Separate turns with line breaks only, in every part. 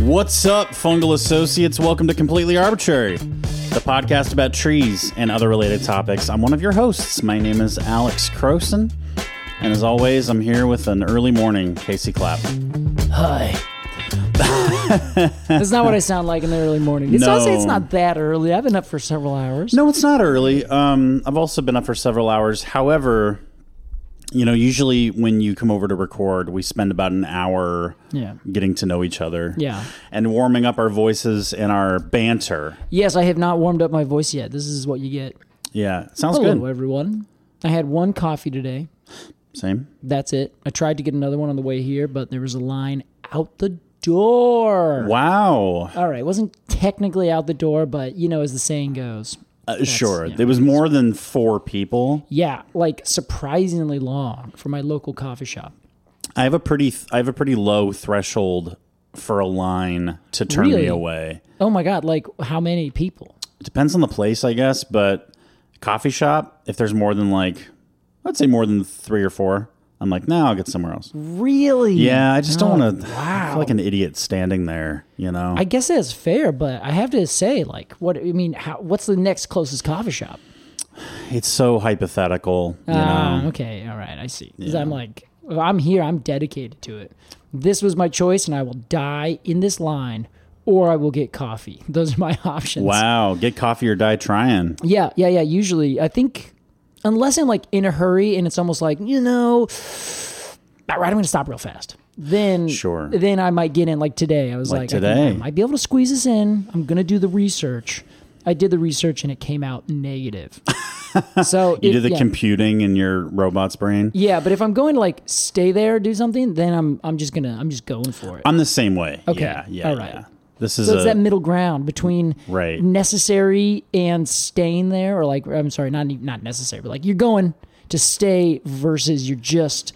What's up, Fungal Associates? Welcome to Completely Arbitrary, the podcast about trees and other related topics. I'm one of your hosts. My name is Alex Croson, and as always, I'm here with an early morning Casey Clapp.
Hi. That's not what I sound like in the early morning. It's
No.
also it's not that early. I've been up for several hours.
No, it's not early. Um, I've also been up for several hours. However, you know, usually when you come over to record, we spend about an hour
Yeah.
getting to know each other
Yeah.
and warming up our voices and our banter.
Yes, I have not warmed up my voice yet. This is what you get.
Yeah, sounds
Hello,
good.
everyone. I had one coffee today.
Same.
That's it. I tried to get another one on the way here, but there was a line out the door.
Wow.
All right, it wasn't technically out the door, but you know, as the saying goes,
Uh, sure. There was more than four people.
yeah, like surprisingly long for my local coffee shop.
I have a pretty th- I have a pretty low threshold for a line to turn
Really?
me away.
Oh my god, like how many people?
It depends on the place, I guess, but coffee shop, if there's more than like I'd say more than 3 or 4, I'm like, "No, I'll get somewhere else."
Really?
Yeah, I just don't want to I
Mm. Oh, wow.
feel like an idiot standing there, you know.
I guess that's fair, but I have to say, like, what I mean, how, what's the next closest coffee shop?
it's so hypothetical, you
Ah,
know.
okay, all right, I see. 'Cause I'm like, if I'm here, I'm dedicated to it. This was my choice, and I will die in this line, or I will get coffee. Those are my options.
Wow, get coffee or die trying.
Yeah, yeah, yeah. Usually, I think unless I'm like in a hurry, and it's almost like you know, all right, I'm gonna stop real fast. Then
Sure.
Then I might get in. Like today, I was like,
Like
I think I
today.
might be able to squeeze this in. I'm gonna do the research. I did the research, and it came out negative. so
You
it-
do the
yeah.
computing in your robot's brain.
Yeah, but if I'm going to like stay there, do something, then I'm I'm just gonna I'm just going for it.
I'm the same way.
Okay.
Yeah, yeah.
All right.
yeah. This is
so
a,
it's that middle ground between
Right.
necessary and staying there, or like I'm sorry, not even- not necessary, but like you're going to stay versus you're just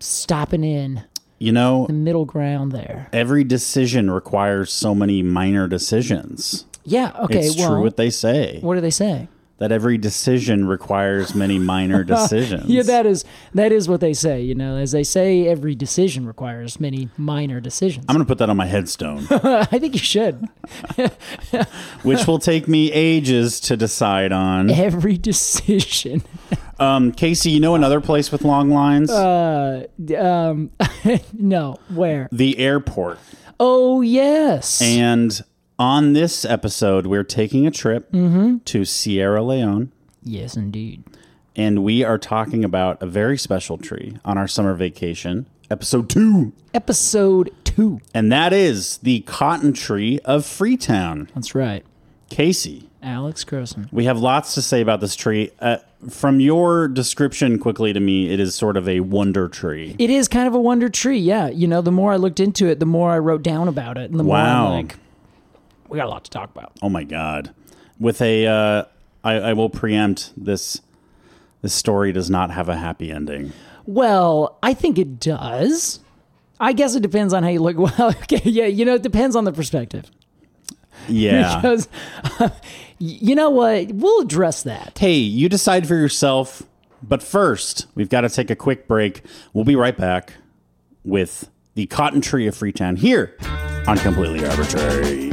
stopping in
you know,
middle ground there.
every decision requires so many minor decisions.
Yeah. Okay.
it's
well,
true what they say
what do they say?
that every decision requires many minor decisions.
Yeah, that is that is what they say. You know, as they say, every decision requires many minor decisions.
I'm going to put that on my headstone,
I think you should.
which will take me ages to decide on.
Every decision.
Um, Casey, you know another place with long lines?
Uh, Um, no, where?
the airport.
Oh yes.
And on this episode, we're taking a trip
Mm-hmm.
to Sierra Leone.
yes, indeed.
And we are talking about a very special tree on our summer vacation, episode two.
Episode two.
And that is the cotton tree of Freetown.
That's right.
Casey,
Alex Croson.
we have lots to say about this tree. Uh, from your description quickly to me, it is sort of a wonder tree.
It is kind of a wonder tree, yeah. You know, the more I looked into it, the more I wrote down about it, and the more
Wow.
I'm like, we got a lot to talk about.
Oh my God. With a, uh, I, I will preempt this. This story does not have a happy ending.
Well, I think it does. I guess it depends on how you look. Well, okay, yeah, you know, it depends on the perspective.
Yeah.
Because, you know what? We'll address that.
hey, you decide for yourself. But first, we've got to take a quick break. We'll be right back with the cotton tree of Freetown here on Completely Arbitrary.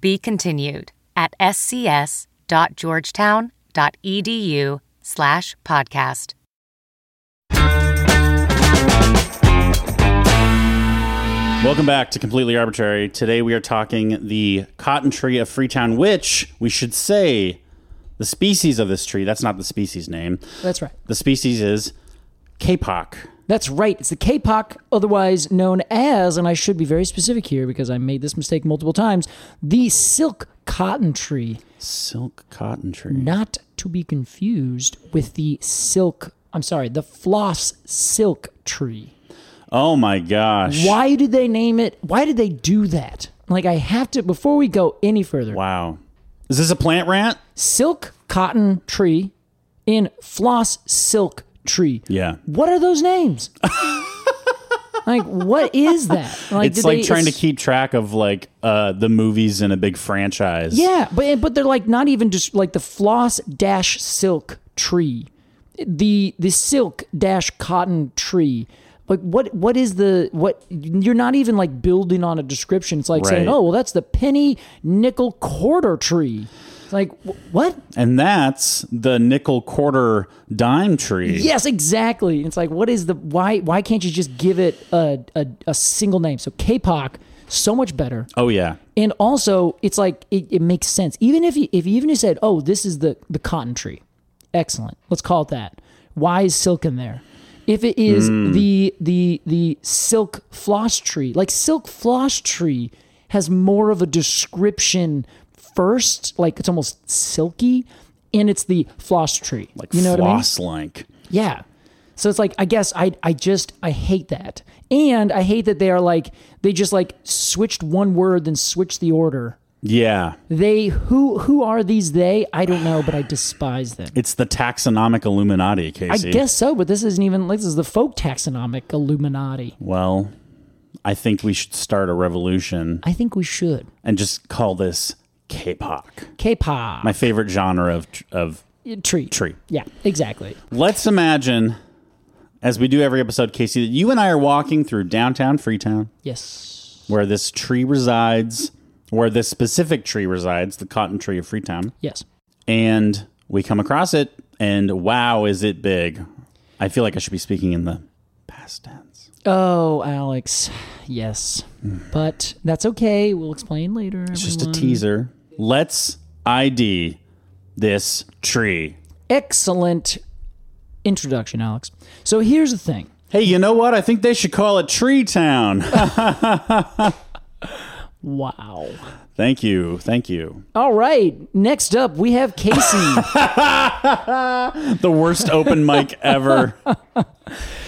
Be continued at scs.georgetown.edu E slash podcast.
Welcome back to Completely Arbitrary. Today we are talking the cotton tree of Freetown, which we should say the species of this tree, that's not the species name.
That's right.
The species is kapok.
That's right. It's the K-pop, otherwise known as, and I should be very specific here because I made this mistake multiple times, the silk cotton tree,
Silk cotton tree.
not to be confused with the silk, I'm sorry, the floss silk tree.
Oh my gosh.
Why did they name it? Why did they do that? Like I have to before we go any further.
Wow. Is this a plant rant?
Silk cotton tree in floss silk tree.
Yeah.
What are those names? like what is that? Like,
it's
did
like
they-
trying to
it's-
keep track of like uh the movies in a big franchise.
Yeah, but but they're like not even just like the floss dash silk tree, the the silk dash cotton tree. Like what what is the what? You're not even like building on a description. It's like saying,
Right.
oh well, that's the penny nickel quarter tree. It's like wh- what?
And that's the nickel quarter dime tree.
Yes, exactly. It's like what is the why? Why can't you just give it a a, a single name? So K-pop, so much better.
Oh yeah.
and also it's like it, it makes sense even if you if you even said oh this is the the cotton tree excellent let's call it that why is silk in there if it is
Hmm.
the the the silk floss tree like silk floss tree has more of a description first like it's almost silky and it's the floss tree
Like
you know what i mean
floss like.
yeah. So it's like I guess I I just I hate that. And I hate that they are like they just like switched one word then switched the order.
Yeah.
They who who are these they? I don't know, but I despise them.
It's the taxonomic Illuminati,
I
Casey.
guess so, but this isn't even like this is the folk taxonomic Illuminati.
Well, I think we should start a revolution
I think we should.
and just call this K-pop.
K-pop
My favorite genre of of
tree.
tree.
Yeah, exactly.
Let's imagine as we do every episode, Casey, that you and I are walking through downtown Freetown
Yes.
where this tree resides, where this specific tree resides, the cotton tree of Freetown,
Yes.
and we come across it and wow, is it big. I feel like I should be speaking in the past tense.
Oh, Alex. Yes. But that's okay. We'll explain later.
Hmm. It's just a teaser. Let's ID this tree.
excellent introduction, Alex. So here's the thing.
Hey, you know what? I think they should call it Tree Town.
Wow.
thank you. Thank you.
All right. Next up, we have Casey.
The worst open mic ever.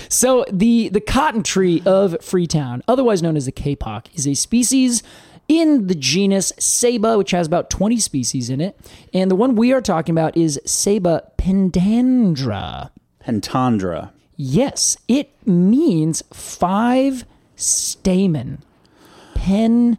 so the the cotton tree of Freetown, otherwise known as the kapok, is a species in the genus Saba, which has about 20 species in it. And the one we are talking about is Saba pendandra.
Pentandra.
Yes, it means five stamen. Pentandra.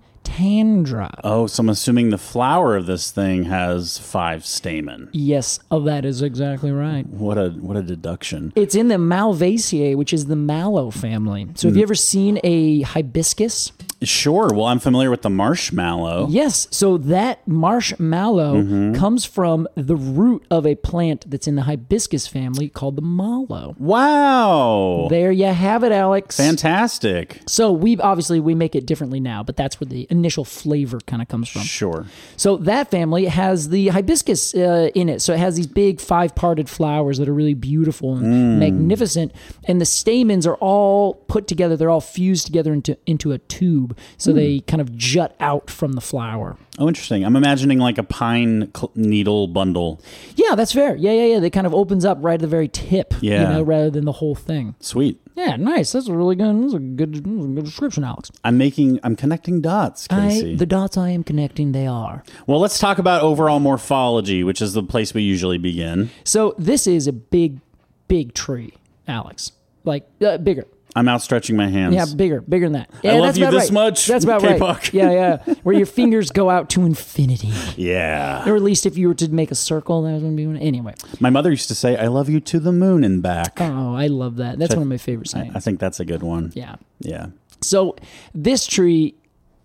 Oh, so I'm assuming the flower of this thing has five stamen.
Yes, oh, that is exactly right.
What a what a deduction.
It's in the Malvaceae, which is the mallow family. So have you ever seen a hibiscus?
Sure. Well, I'm familiar with the marshmallow.
Yes, so that marshmallow comes from the root of a plant that's in the hibiscus family called the mallow.
Wow.
There you have it, Alex.
Fantastic.
So we've obviously we make it differently now, but that's where the initial flavor kind of comes from.
Sure.
So that family has the hibiscus uh, in it. So it has these big five-parted flowers that are really beautiful and magnificent, and the stamens are all put together. They're all fused together into into a tube, so they kind of jut out from the flower.
Oh, interesting. I'm imagining like a pine cl- needle bundle.
Yeah, that's fair. Yeah, yeah, yeah. They kind of opens up right at the very tip, you
Yeah.
know, rather than the whole thing.
Sweet.
Yeah, nice. That's a really good. That's a good, that's a good description, Alex.
I'm making, I'm connecting dots, Casey.
I, the dots I am connecting, they are.
well, let's talk about overall morphology, which is the place we usually begin.
So this is a big, big tree, Alex. Like uh, bigger.
I'm outstretching my hands.
Yeah, bigger, bigger than that. Yeah,
love
that's
you
about
this
right.
much,
That's about
K-Puck.
right. Yeah, yeah. Where your fingers go out to infinity,
yeah.
or at least if you were to make a circle, that was gonna be one. Anyway,
My mother used to say, I love you to the moon and back.
oh, I love that. That's one of my favorite sayings.
I think that's a good one.
yeah.
Yeah.
So this tree,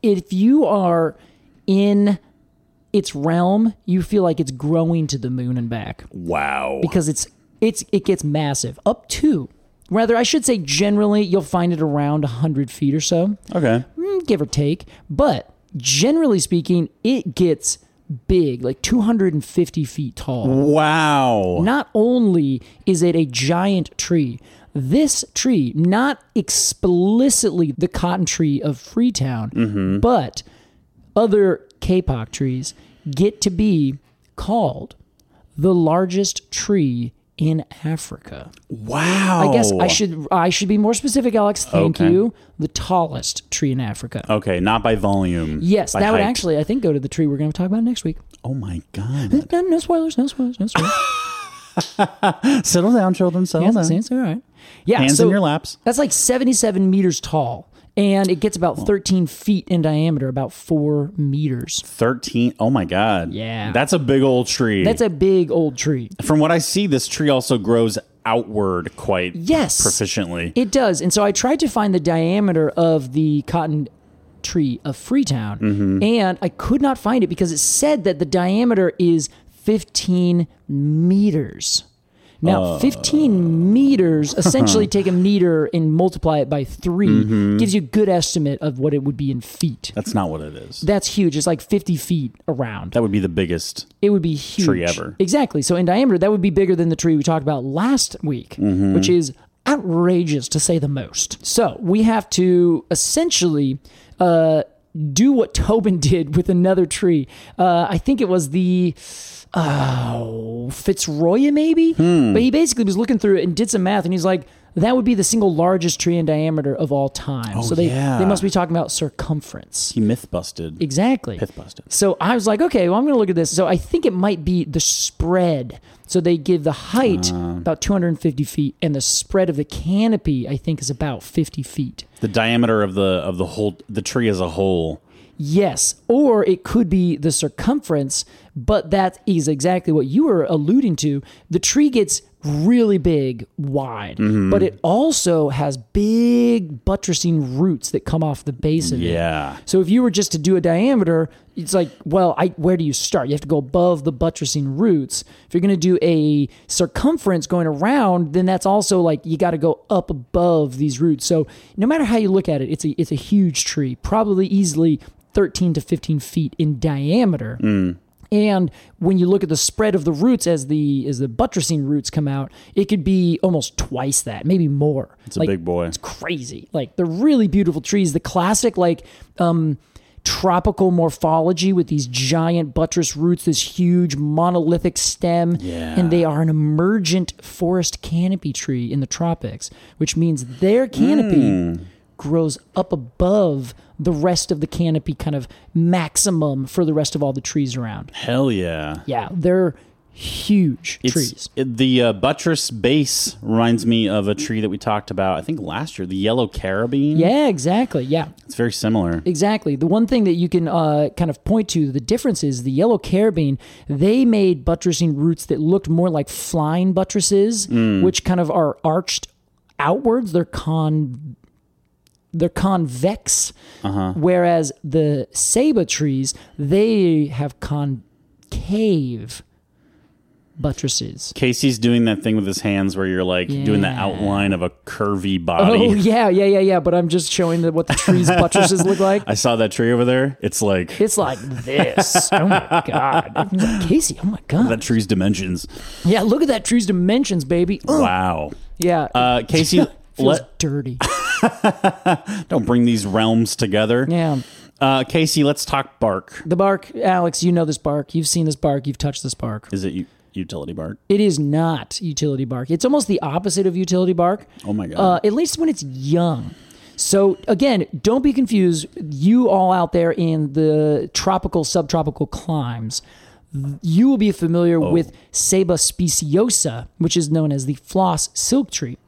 if you are in its realm, you feel like it's growing to the moon and back.
Wow.
because it's it's it gets massive up to rather i should say generally you'll find it around 100 feet or so
Okay.
mm, give or take but generally speaking it gets big like 250 feet tall
Wow.
not only is it a giant tree this tree not explicitly the cotton tree of freetown but other kapok trees get to be called the largest tree in africa
Wow.
I guess I should I should be more specific, Alex. Thank
Oh. Okay.
you. The tallest tree in Africa.
Okay, not by volume.
yes,
by
that would
height.
actually I think go to the tree we're going to talk about next week.
Oh my god.
No, no spoilers. No spoilers. No spoilers.
settle down, children. Settle
Hands, hands, all right. Yeah.
Hands
so
in your laps.
That's like seventy-seven meters tall, and it gets about thirteen feet in diameter, about four meters.
Thirteen. Oh my god.
Yeah.
That's a big old tree.
That's a big old tree.
From what I see, this tree also grows outward quite
Yes.
proficiently.
It does. And so I tried to find the diameter of the cotton tree of Freetown, and I could not find it because it said that the diameter is 15 meters. Now, 15 meters, essentially take a meter and multiply it by 3 gives you a good estimate of what it would be in feet.
That's not what it is.
That's huge. It's like 50 feet around.
That would be the biggest.
It would be huge.
Tree ever.
Exactly. So in diameter, that would be bigger than the tree we talked about last week,
Mm-hmm.
which is outrageous to say the most. So we have to essentially uh, do what Tobin did with another tree. Uh, I think it was the. Oh, Fitzroy, maybe?
Hmm.
But he basically was looking through it and did some math, and he's like, that would be the single largest tree in diameter of all time. so they,
Oh, yeah.
they must be talking about circumference.
He myth busted.
Exactly.
Pith busted.
So I was like, okay, well, I'm going to look at this. So I think it might be the spread. So they give the height about 250 feet, and the spread of the canopy, I think, is about 50 feet.
the diameter of the of the whole the tree as a whole.
Yes. Or it could be the circumference, but that is exactly what you were alluding to. The tree gets really big, wide, but it also has big buttressing roots that come off the base of it.
Yeah.
So if you were just to do a diameter, it's like, well, I where do you start? You have to go above the buttressing roots. If you're going to do a circumference going around, then that's also like you got to go up above these roots. So no matter how you look at it, it's a it's a huge tree, probably easily 13 to 15 feet in diameter.
Mm.
And when you look at the spread of the roots as the as the buttressing roots come out, it could be almost twice that, maybe more.
It's a big boy.
It's crazy. Like they're really beautiful trees. The classic like um tropical morphology with these giant buttress roots, this huge monolithic stem,
Yeah.
and they are an emergent forest canopy tree in the tropics, which means their canopy
Hmm.
grows up above the rest of the canopy kind of maximum for the rest of all the trees around.
Hell yeah.
Yeah, they're huge
It's-
trees.
it- the uh, buttress base reminds me of a tree that we talked about, I think last year, the yellow carabine.
Yeah, exactly. Yeah.
It's very similar.
Exactly. The one thing that you can uh, kind of point to the difference is the yellow carabine. They made buttressing roots that looked more like flying buttresses, which kind of are arched outwards. They're con they're convex, whereas the ceiba trees they have concave buttresses.
Casey's doing that thing with his hands where you're like doing the
Yeah.
outline of a curvy body.
Oh yeah, yeah, yeah, yeah. But I'm just showing the, what the trees buttresses look like.
I saw that tree over there. It's like
It's like this. Oh my god, It's like, Casey. Oh my god.
that tree's dimensions.
Yeah, look at that tree's dimensions, baby. Ugh.
Wow.
Yeah.
Oh. Uh, Casey,
Feels
let,
dirty.
don't bring these realms together.
Yeah.
Uh, Casey, let's talk bark.
The bark, Alex, you know this bark. You've seen this bark. You've touched this bark.
Is it u- utility bark?
It is not utility bark. It's almost the opposite of utility bark.
Oh my God.
Uh, at least when it's young. So again, don't be confused. You all out there in the tropical, subtropical climes, you will be familiar
Oh.
with Ceiba speciosa, which is known as the floss silk tree.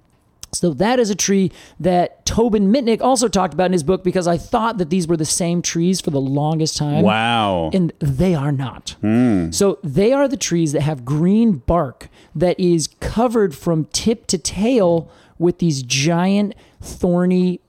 So that is a tree that Tobin Mitnick also talked about in his book because I thought that these were the same trees for the longest time
wow.
and they are not. So they are the trees that have green bark that is covered from tip to tail with these giant thorny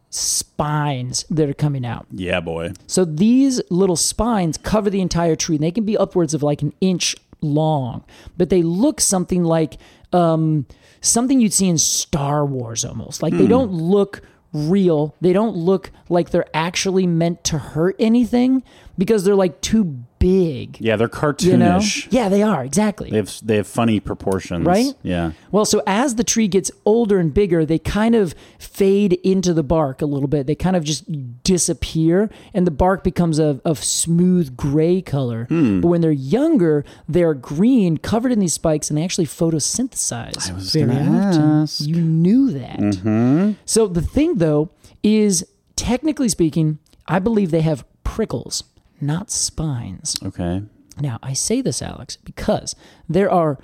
spines that are coming out.
yeah, boy.
So these little spines cover the entire tree. And they can be upwards of like an inch long, but they look something like um, something you'd see in Star Wars almost. Like they don't look real. They don't look like they're actually meant to hurt anything because they're like too big.
Yeah, they're
You know?
cartoonish.
Yeah, they are exactly.
They have they have funny proportions.
Right?
Yeah.
Well, so as the tree gets older and bigger, they kind of fade into the bark a little bit. They kind of just disappear, and the bark becomes a, a smooth gray color. But when they're younger, they're green, covered in these spikes, and they actually photosynthesize very often. You knew that. So the thing, though, is technically speaking, I believe they have prickles, not spines.
Okay.
Now, I say this, Alex, because there are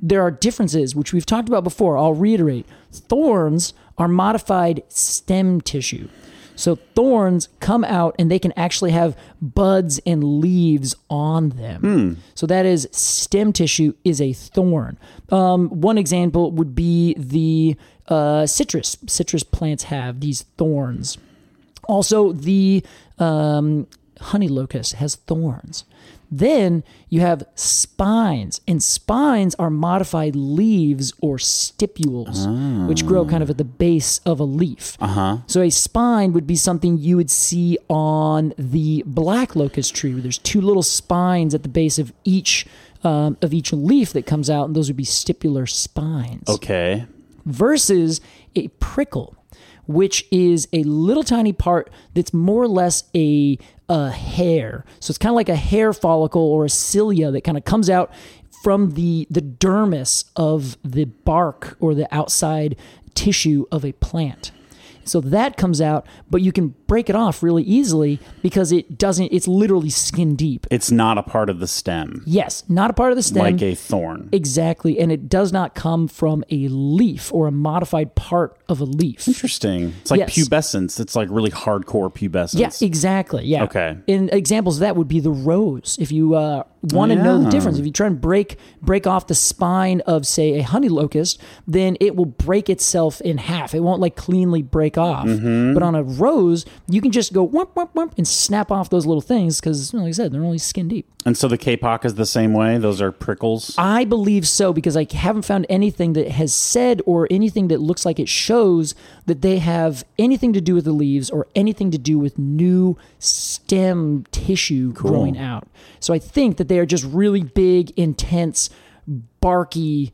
there are differences which we've talked about before. I'll reiterate. Thorns are modified stem tissue. So thorns come out and they can actually have buds and leaves on them. So that is stem tissue is a thorn. Um, one example would be the uh, citrus. Citrus plants have these thorns. Also, the um, honey locust has thorns. Then you have spines, and spines are modified leaves or stipules, which grow kind of at the base of a leaf. Uh-huh. So a spine would be something you would see on the black locust tree, where there's two little spines at the base of each um, of each leaf that comes out, and those would be stipular spines
Okay.
versus a prickle, which is a little tiny part that's more or less a, a hair. So it's kind of like a hair follicle or a cilia that kind of comes out from the the dermis of the bark or the outside tissue of a plant. So that comes out, but you can break it off really easily because it doesn't it's literally skin deep.
It's not a part of the stem,
Yes, not a part of the stem.
like a thorn.
Exactly. And it does not come from a leaf or a modified part of a leaf.
Interesting. It's like
Yes.
pubescence. It's like really hardcore pubescence.
Yeah, exactly. Yeah.
Okay.
And examples of that would be the rose. If you uh, want to know the
Yeah.
difference, if you try and break break off the spine of, say, a honey locust, then it will break itself in half. It won't like cleanly break off.
Mm-hmm.
But on a rose, you can just go wump wump wump and snap off those little things because, like I said, they're only skin deep.
and so the K-pock is the same way. Those are prickles.
I believe so because I haven't found anything that has said or anything that looks like it shows that they have anything to do with the leaves or anything to do with new stem tissue growing out. So I think that they are just really big, intense, barky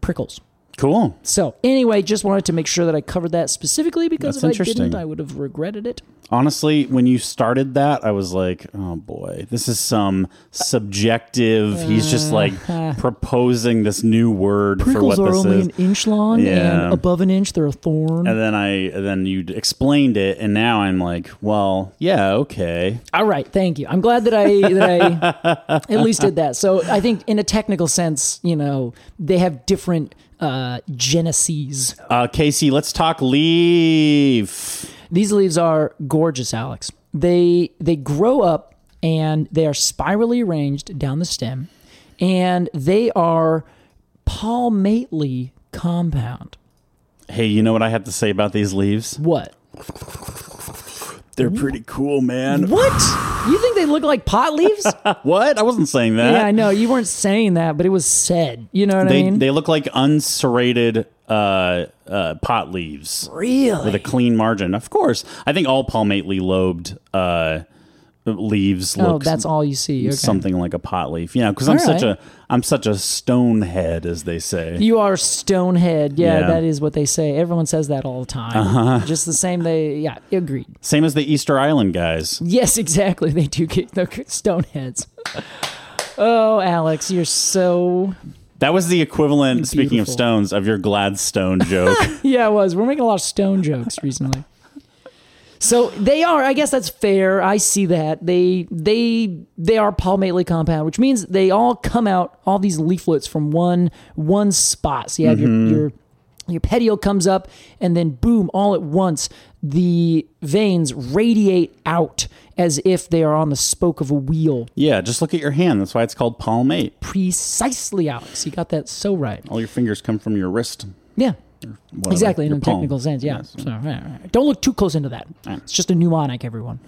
prickles.
cool.
So anyway, just wanted to make sure that I covered that specifically because
That's
if I didn't,
interesting.
I would have regretted it.
Honestly, when you started that, I was like, "Oh boy, this is some subjective." He's just like proposing this new word for what
Uh-huh. Prickles are
this
only
is.
an inch long,
Yeah.
and above an inch, they're a thorn.
and then I, and then you explained it, and now I'm like, "Well, yeah, okay."
All right, thank you. I'm glad that I that I at least did that. So I think in a technical sense, you know, they have different uh, geneses.
Uh, Casey, let's talk leaf.
These leaves are gorgeous, Alex. They they grow up and they are spirally arranged down the stem, and they are palmately compound.
Hey, you know what I have to say about these leaves?
What?
They're pretty cool, man.
What? You think they look like pot leaves?
What? I wasn't saying that.
yeah, I know. You weren't saying that, but it was said. You know what
They
I mean?
they look like unserrated uh, uh, pot leaves
really?
with a clean margin. Of course, I think all palmately lobed uh, leaves
oh,
look
that's all you see. Okay.
something like a pot leaf. You know, because I'm
All
such a
right.
I'm such a stone head, as they say.
You are stonehead. Yeah,
Yeah.
that is what they say. Everyone says that all the time. Just the same. They yeah, agreed.
Same as the Easter Island guys.
Yes, exactly. They do get the stoneheads. Oh, Alex, you're so
That was the equivalent. Speaking of
Beautiful.
stones, of your Gladstone joke.
yeah, it was. We're making a lot of stone jokes recently. So they are. I guess that's fair. I see that they they they are palmately compound, which means they all come out all these leaflets from one one spot. So you have your your your petiole comes up, and then boom, all at once the veins radiate out as if they are on the spoke of a wheel.
yeah, just look at your hand. That's why it's called palmate.
Precisely, Alex. You got that so right.
All your fingers come from your wrist.
Yeah.
Whatever,
Exactly, in
your
a
palm.
technical sense, yeah.
Yes.
So, right, right. Don't look too close into that. It's just a mnemonic, everyone.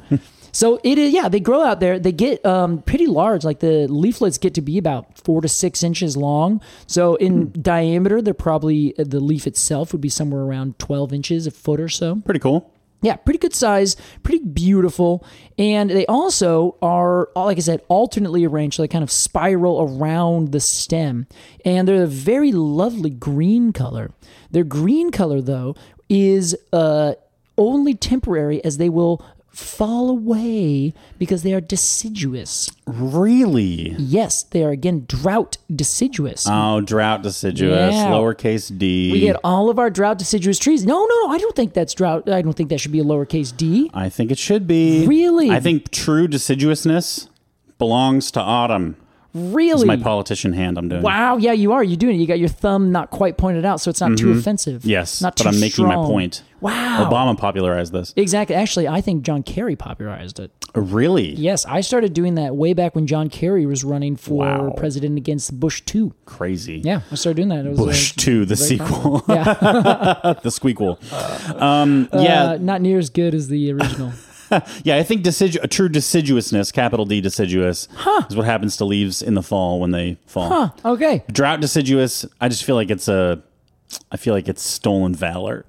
so it is, yeah. They grow out there. They get um, pretty large. Like the leaflets get to be about four to six inches long. So in
Hmm.
diameter, they're probably uh, the leaf itself would be somewhere around twelve inches, a foot or so.
Pretty cool.
Yeah, pretty good size, pretty beautiful. And they also are, like I said, alternately arranged. So they kind of spiral around the stem. And they're a very lovely green color. Their green color, though, is uh, only temporary as they will fall away because they are deciduous.
Really?
Yes, they are, again, drought deciduous.
Oh, drought deciduous,
Yeah.
lowercase d.
we get all of our drought deciduous trees. No, no, no. I don't think that's drought. I don't think that should be a lowercase d.
I think it should be.
Really?
I think true deciduousness belongs to autumn. It's
Really?
my politician hand I'm doing.
Wow, yeah, you are. You're doing it. You got your thumb not quite pointed out, so it's not too offensive.
Mm-hmm. Yes,
not
but
too
I'm making my
strong.
point.
Wow.
Obama popularized this.
Exactly. Actually, I think John Kerry popularized it.
Really?
Yes, I started doing that way back when John Kerry was running for
Wow.
president against Bush too.
Crazy.
Yeah, I started doing that. It was uh,
Bush 2, the sequel,
yeah,
the squeakquel. Um, yeah,
uh, not near as good as the original.
yeah. I think decidu- true deciduousness, capital D deciduous, is what happens to leaves in the fall when they fall.
okay.
Drought deciduous. I just feel like it's a. I feel like it's stolen valor.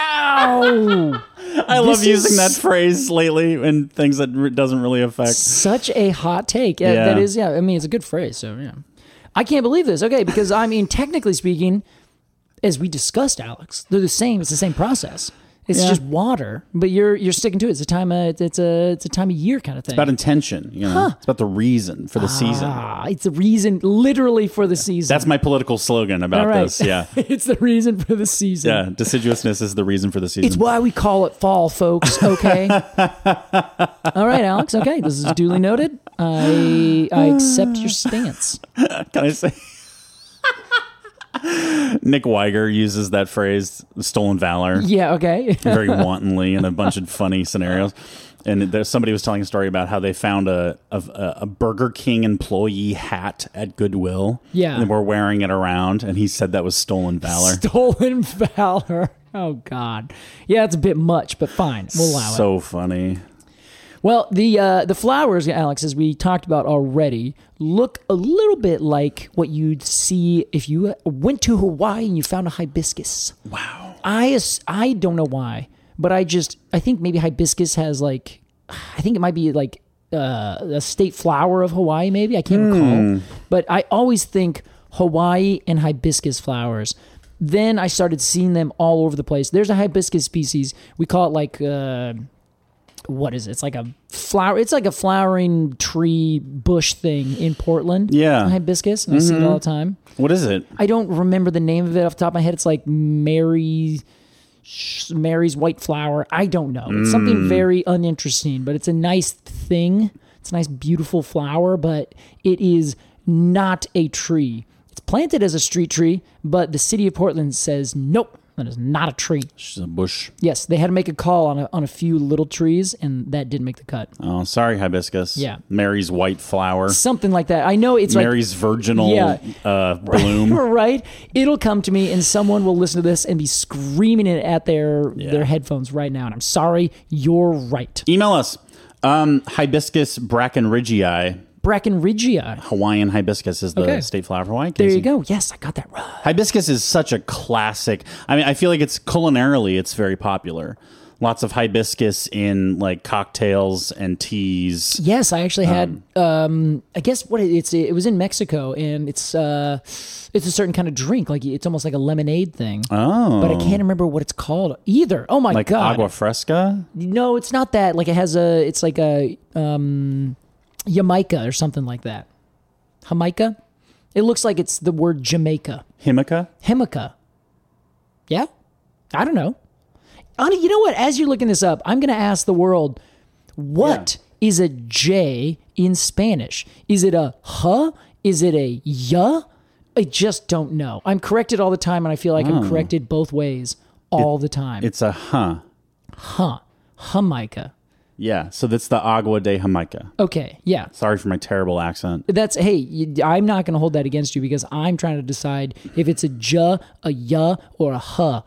Wow.
I love
This
using
is-
that phrase lately in things that re- doesn't really affect.
Such a hot take. Yeah,
Yeah.
That is, yeah. I mean, it's a good phrase. So, yeah. I can't believe this. Okay, because I mean, technically speaking, as we discussed, Alex, they're the same. It's the same process. It's just water, but you're you're sticking to it. It's a time. Of, it's a it's a time of year kind of thing.
About intention, you know. It's about the reason for the season.
ah, it's the reason, literally, for the season.
That's my political slogan about
All right.
this. Yeah,
it's the reason for the season.
yeah. Deciduousness is the reason for the season.
It's why we call it fall, folks. Okay. All right, Alex. Okay, this is duly noted. I I accept your stance.
Can I say? Nick Weiger uses that phrase "stolen valor"
Yeah. Okay.
very wantonly in a bunch of funny scenarios. And there, somebody was telling a story about how they found a, a a Burger King employee hat at Goodwill.
Yeah.
and were wearing it around, and he said that was stolen valor.
Stolen valor. Oh God. Yeah, it's a bit much, but fine. We'll allow it.
so funny.
Well, the uh, the flowers, Alex, as we talked about already, look a little bit like what you'd see if you uh, went to Hawaii and you found a hibiscus.
Wow.
I ass- I don't know why, but I just I think maybe hibiscus has like I think it might be like uh, a state flower of Hawaii. Maybe I can't recall, but I always think Hawaii and hibiscus flowers. Then I started seeing them all over the place. There's a hibiscus species we call it like. Uh, what is it? It's like a flower. It's like a flowering tree bush thing in Portland.
Yeah.
hibiscus. And I see it all the time.
What is it?
I don't remember the name of it off the top of my head. It's like Mary, sh- Mary's white flower. I don't know. It's something very uninteresting, but it's a nice thing. It's a nice, beautiful flower, but it is not a tree. It's planted as a street tree, but the city of Portland says nope. That is not a tree.
She's a bush.
Yes, they had to make a call on a, on a few little trees, and that did make the cut.
Oh, sorry, hibiscus.
Yeah.
Mary's white flower.
Something like that. I know it's like
Mary's virginal
Yeah.
uh, bloom.
right. It'll come to me, and someone will listen to this and be screaming it at their their headphones right now. And I'm sorry, you're right.
Email us. Um, hibiscus brackenridgii.
Brackenridgii.
Hawaiian hibiscus is the
Okay.
state flower of Hawaii.
There
Casey.
you go. Yes, I got that right.
Hibiscus is such a classic. I mean, I feel like it's culinarily it's very popular. Lots of hibiscus in like cocktails and teas.
Yes, I actually had. Um, I guess what it, it's it was in Mexico, and it's uh, it's a certain kind of drink. Like it's almost like a lemonade thing.
Oh,
But I can't remember what it's called either. Oh my
like
god!
agua fresca.
No, it's not that. Like it has a. It's like a um, Jamaica or something like that. Jamaica. It looks like it's the word Jamaica.
Himica?
Himica. Yeah? I don't know. On, you know what? As you're looking this up, I'm going to ask the world what is a J in Spanish? Is it a huh? Is it a ya? I just don't know. I'm corrected all the time, and I feel like I'm corrected both ways all the time.
It's a huh.
huh. Hamica.
Yeah. So that's the agua de Jamaica.
Okay. Yeah.
Sorry for my terrible accent.
That's hey, you, I'm not going to hold that against you because I'm trying to decide if it's a ja, a ya, or a huh.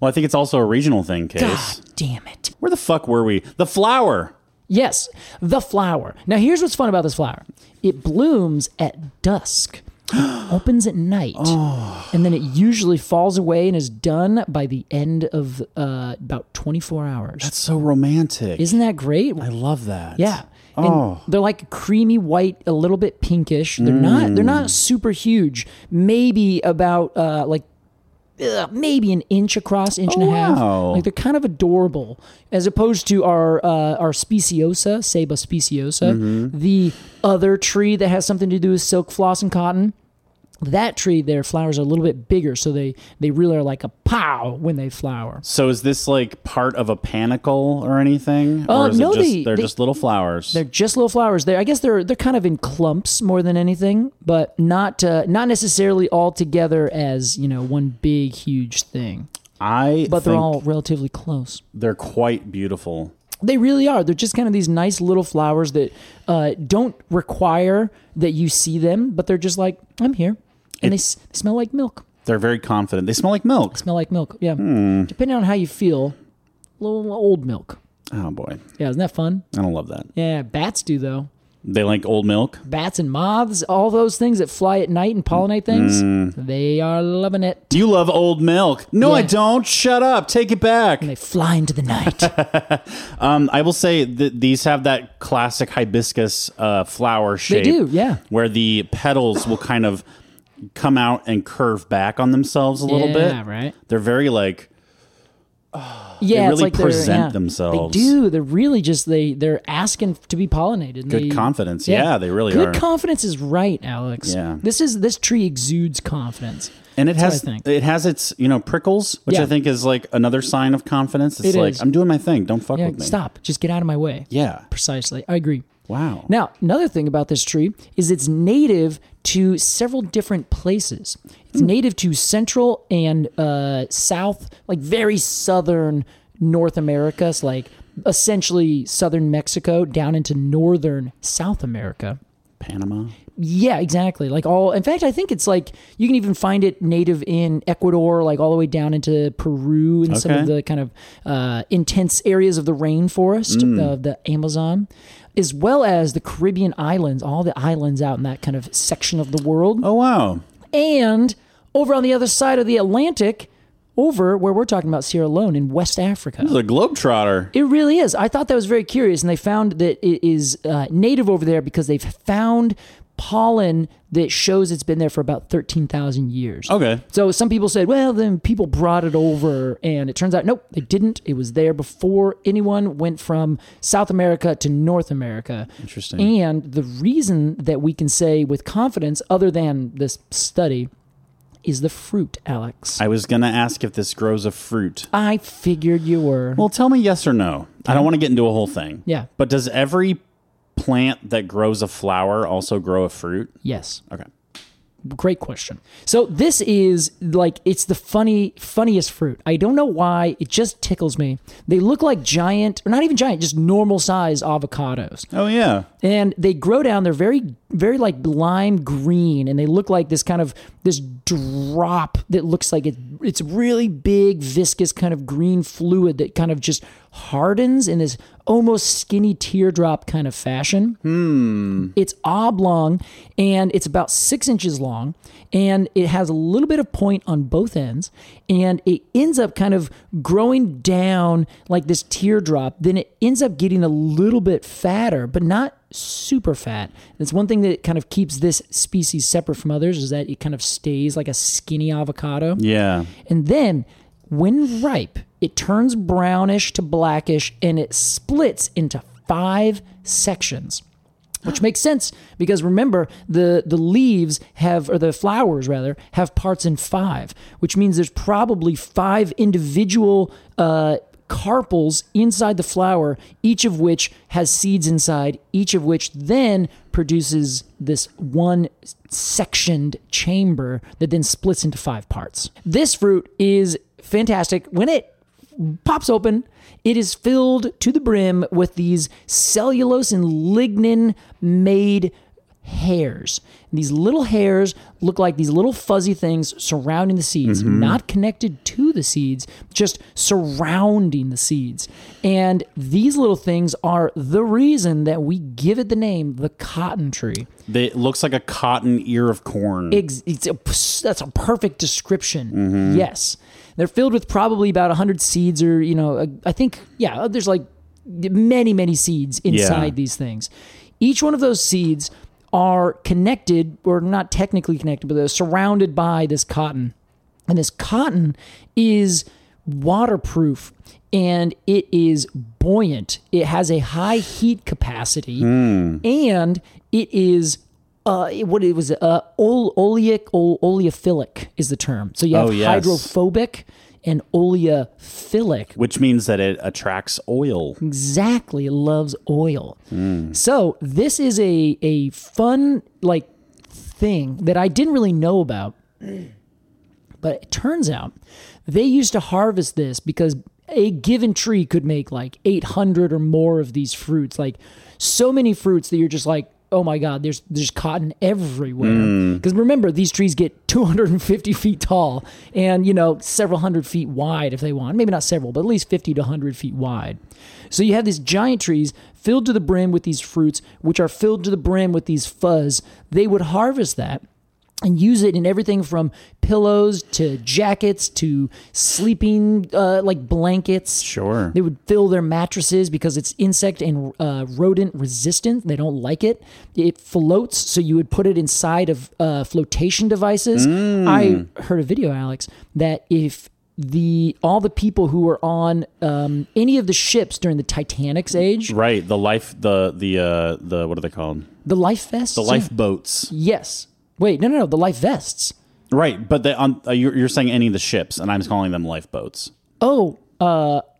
Well, I think it's also a regional thing, Case.
God damn it.
Where the fuck were we? The flower.
Yes, the flower. Now, here's what's fun about this flower it blooms at dusk, it opens at night,
Oh.
and then it usually falls away and is done by the end of uh, about 24 hours.
That's so romantic.
Isn't that great?
I love that. Oh.
Yeah. And they're like creamy white, a little bit pinkish. They're not they're
Mm.
not super huge. Maybe about uh like uh, maybe an inch across, inch and a
Oh, wow.
half. Like they're kind of adorable, as opposed to our uh, our speciosa, Ceiba speciosa,
Mm-hmm.
the other tree that has something to do with silk floss and cotton. That tree, their flowers are a little bit bigger, so they they really are like a pow when they flower.
So is this like part of a panicle or anything?
Uh,
or is
no,
it just,
they-
are
they-
just little flowers.
They're just little flowers. They, I guess they're they're kind of in clumps more than anything, but not uh, not necessarily all together as you know one big huge thing.
I
But they're
think
all relatively close.
they're quite beautiful.
They really are. They're just kind of these nice little flowers that uh, don't require that you see them, but they're just like I'm here, and they, s- they smell like milk.
They're very confident. They smell like milk.
Smell like milk. Yeah. Depending on how you feel, little old milk.
Oh boy,
Yeah, isn't that fun?
I don't love that.
Yeah, bats do though.
They like old milk.
bats and moths, all those things that fly at night and pollinate things,
Mm-hmm.
they are loving it.
You love old milk. No, I
Yeah.
don't. Shut up. Take it back.
And they fly into the night.
Um, I will say that these have that classic hibiscus uh, flower shape.
do, yeah.
Where the petals will kind of come out and curve back on themselves a little
yeah,
bit.
right?
They're very like
Yeah, it's
really
like they're-
present
yeah.
themselves.
They do. They're really just they they're asking to be pollinated. and
Good
they-
confidence. Yeah, they really
Good
are.
confidence is right, Alex.
Yeah.
This is this tree exudes confidence.
and it
That's
has
what I think.
it has its you know prickles, which
Yeah.
I think is like another sign of confidence. It's
It
like
is.
I'm doing my thing. Don't fuck
Yeah,
with me.
stop. Just get out of my way.
Yeah.
Precisely. I agree.
Wow.
Now, another thing about this tree is it's native to several different places. It's native to central and uh, south, like very southern North America, so like essentially southern Mexico down into northern South America.
Panama.
Yeah, exactly. Like all, in fact, I think it's like you can even find it native in Ecuador, like all the way down into Peru and some of
Okay.
the kind of uh, intense areas of the rainforest
Mm.
of the Amazon, as well as the Caribbean islands, all the islands out in that kind of section of the world.
Oh wow.
And over on the other side of the Atlantic, over where we're talking about Sierra Leone in West Africa.
This is a globetrotter.
It really is. I thought that was very curious, and they found that it is uh, native over there because they've found pollen that shows it's been there for about 13,000 years.
Okay.
So some people said, well, then people brought it over, and it turns out, nope, they didn't. It was there before anyone went from South America to North America.
Interesting.
And the reason that we can say with confidence, other than this study, is the fruit, Alex. I,
I was gonna ask if this grows a fruit.
figured you were.
Well, tell me yes or no. I don't want to get into a whole thing.
Yeah.
But does every plant that grows a flower also grow a fruit?
yes.
Okay.
Great question. So this is like it's the funny funniest fruit. I don't know why it just tickles me. They look like giant, or not even giant, just normal sized avocados,
Oh yeah.
and they grow down. They're very very like lime green, and they look like this kind of this drop that looks like it, it's really big viscous kind of green fluid that kind of just hardens in this almost skinny teardrop kind of fashion. It's oblong and it's about six inches long and it has a little bit of point on both ends and it ends up kind of growing down like this teardrop. Then it ends up getting a little bit fatter, but not super fat. That's one thing that kind of keeps this species separate from others is that it kind of stays like a skinny avocado.
Yeah.
And then when ripe, it turns brownish to blackish and it splits into five sections. Which makes sense because remember the the leaves have or the flowers rather have parts in five, which means there's probably five individual uh, carpels inside the flower, each of which has seeds inside, each of which then produces this one sectioned chamber that then splits into five parts. This fruit is fantastic. When it pops open, it is filled to the brim with these cellulose and lignin made hairs. And these little hairs look like these little fuzzy things surrounding the seeds, not connected to the seeds, just surrounding the seeds. And these little things are the reason that we give it the name the cotton tree.
They, it looks like a cotton ear of corn.
Ex- it's a, that's a perfect description. Yes, they're filled with probably about hundred seeds, or you know, I think yeah, uh, there's like many many seeds inside these things. Each one of those seeds are connected, or not technically connected, but they're surrounded by this cotton, and this cotton is waterproof and it is buoyant. It has a high heat capacity and it is uh, it- what it was uh, ol- oleic ol- oleophilic is the term. So you have
Oh, yes.
hydrophobic and oleophilic.
which means that it attracts oil.
Exactly, it loves oil.
Hmm.
So this is a a fun like thing that I didn't really know about. But it turns out they used to harvest this because a given tree could make like 800 or more of these fruits, like so many fruits that you're just like, oh my God, there's there's cotton everywhere. Because remember, these trees get 250 feet tall and you know several hundred feet wide if they want, maybe not several, but at least 50 to 100 feet wide. So you have these giant trees filled to the brim with these fruits, which are filled to the brim with these fuzz. They would harvest that and use it in everything from pillows to jackets to sleeping uh, like blankets.
Sure.
They would fill their mattresses because it's insect and uh, rodent resistant. They don't like it. It floats, so you would put it inside of uh, flotation devices.
Mm.
I heard a video, Alex, that if the all the people who were on um, any of the ships during the Titanic's age,
Right. The life. The the uh the what are they called?
the life vests,
The lifeboats.
yes. Wait, no, no, no, the life vests.
Right. But they on uh, you're, you're saying any of the ships, and I'm just calling them lifeboats
Oh,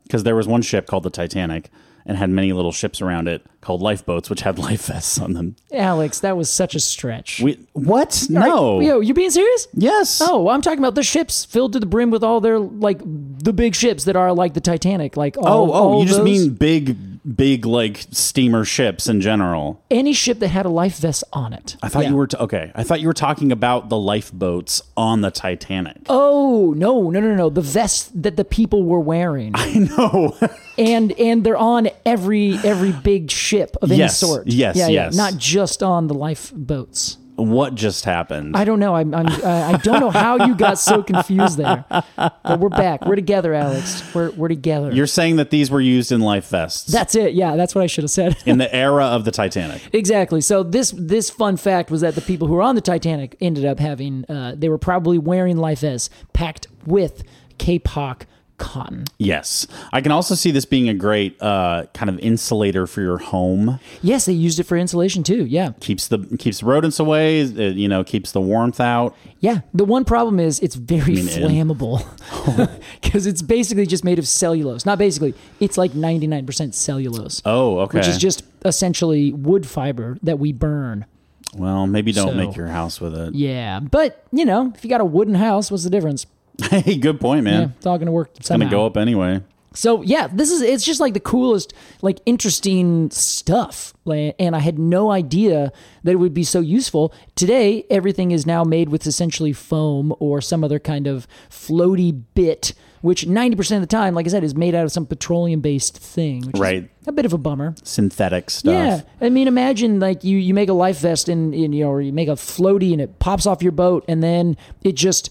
because there was one ship called the Titanic and had many little ships around it called lifeboats, which had life vests on them.
Alex, that was such a stretch.
We what? No.
Yo, you being serious?
Yes.
Oh, I'm talking about the ships filled to the brim with all their like the big ships that are like the Titanic, like all,
Oh,
all
oh, you just
those.
mean big, big like steamer ships in general.
any ship that had a life vest on it.
I thought you were t- okay. I thought you were talking about the lifeboats on the Titanic.
Oh no, no, no, no! The vest that the people were wearing,
I know.
and and they're on every every big ship of any
Yes,
sort.
yes,
yeah,
yes.
yeah. Not just on the lifeboats.
what just happened?
I don't know. I'm, I'm I I don't know how you got so confused there. But we're back. We're together, Alex. We're we're together.
You're saying that these were used in life vests
that's it. Yeah, that's what I should have said.
in the era of the Titanic.
Exactly. So this this fun fact was that the people who were on the Titanic ended up having uh, they were probably wearing life vests packed with K-pop cotton.
Yes, I can also see this being a great uh, kind of insulator for your home.
Yes, they used it for insulation too. Yeah,
keeps the keeps rodents away. It, you know, keeps the warmth out.
yeah. The one problem is it's very
mean, Oh. Ed?
flammable because it's basically just made of cellulose. Not basically, it's like ninety nine percent cellulose,
Oh, okay.
which is just essentially wood fiber that we burn.
Well, maybe don't
So-
make your house with it.
Yeah, but you know, if you got a wooden house, what's the difference?
Hey, good point, man.
Yeah, it's all gonna work.
It's gonna
somehow.
go up anyway.
So yeah, this is it's just like the coolest, like interesting stuff. Like, And I had no idea that it would be so useful. Today, everything is now made with essentially foam or some other kind of floaty bit, which ninety percent of the time, like I said, is made out of some petroleum-based thing. Which is
Right.
a bit of a bummer.
Synthetic stuff.
Yeah, I mean, imagine like you you make a life vest and, and you know, or you make a floaty and it pops off your boat, and then it just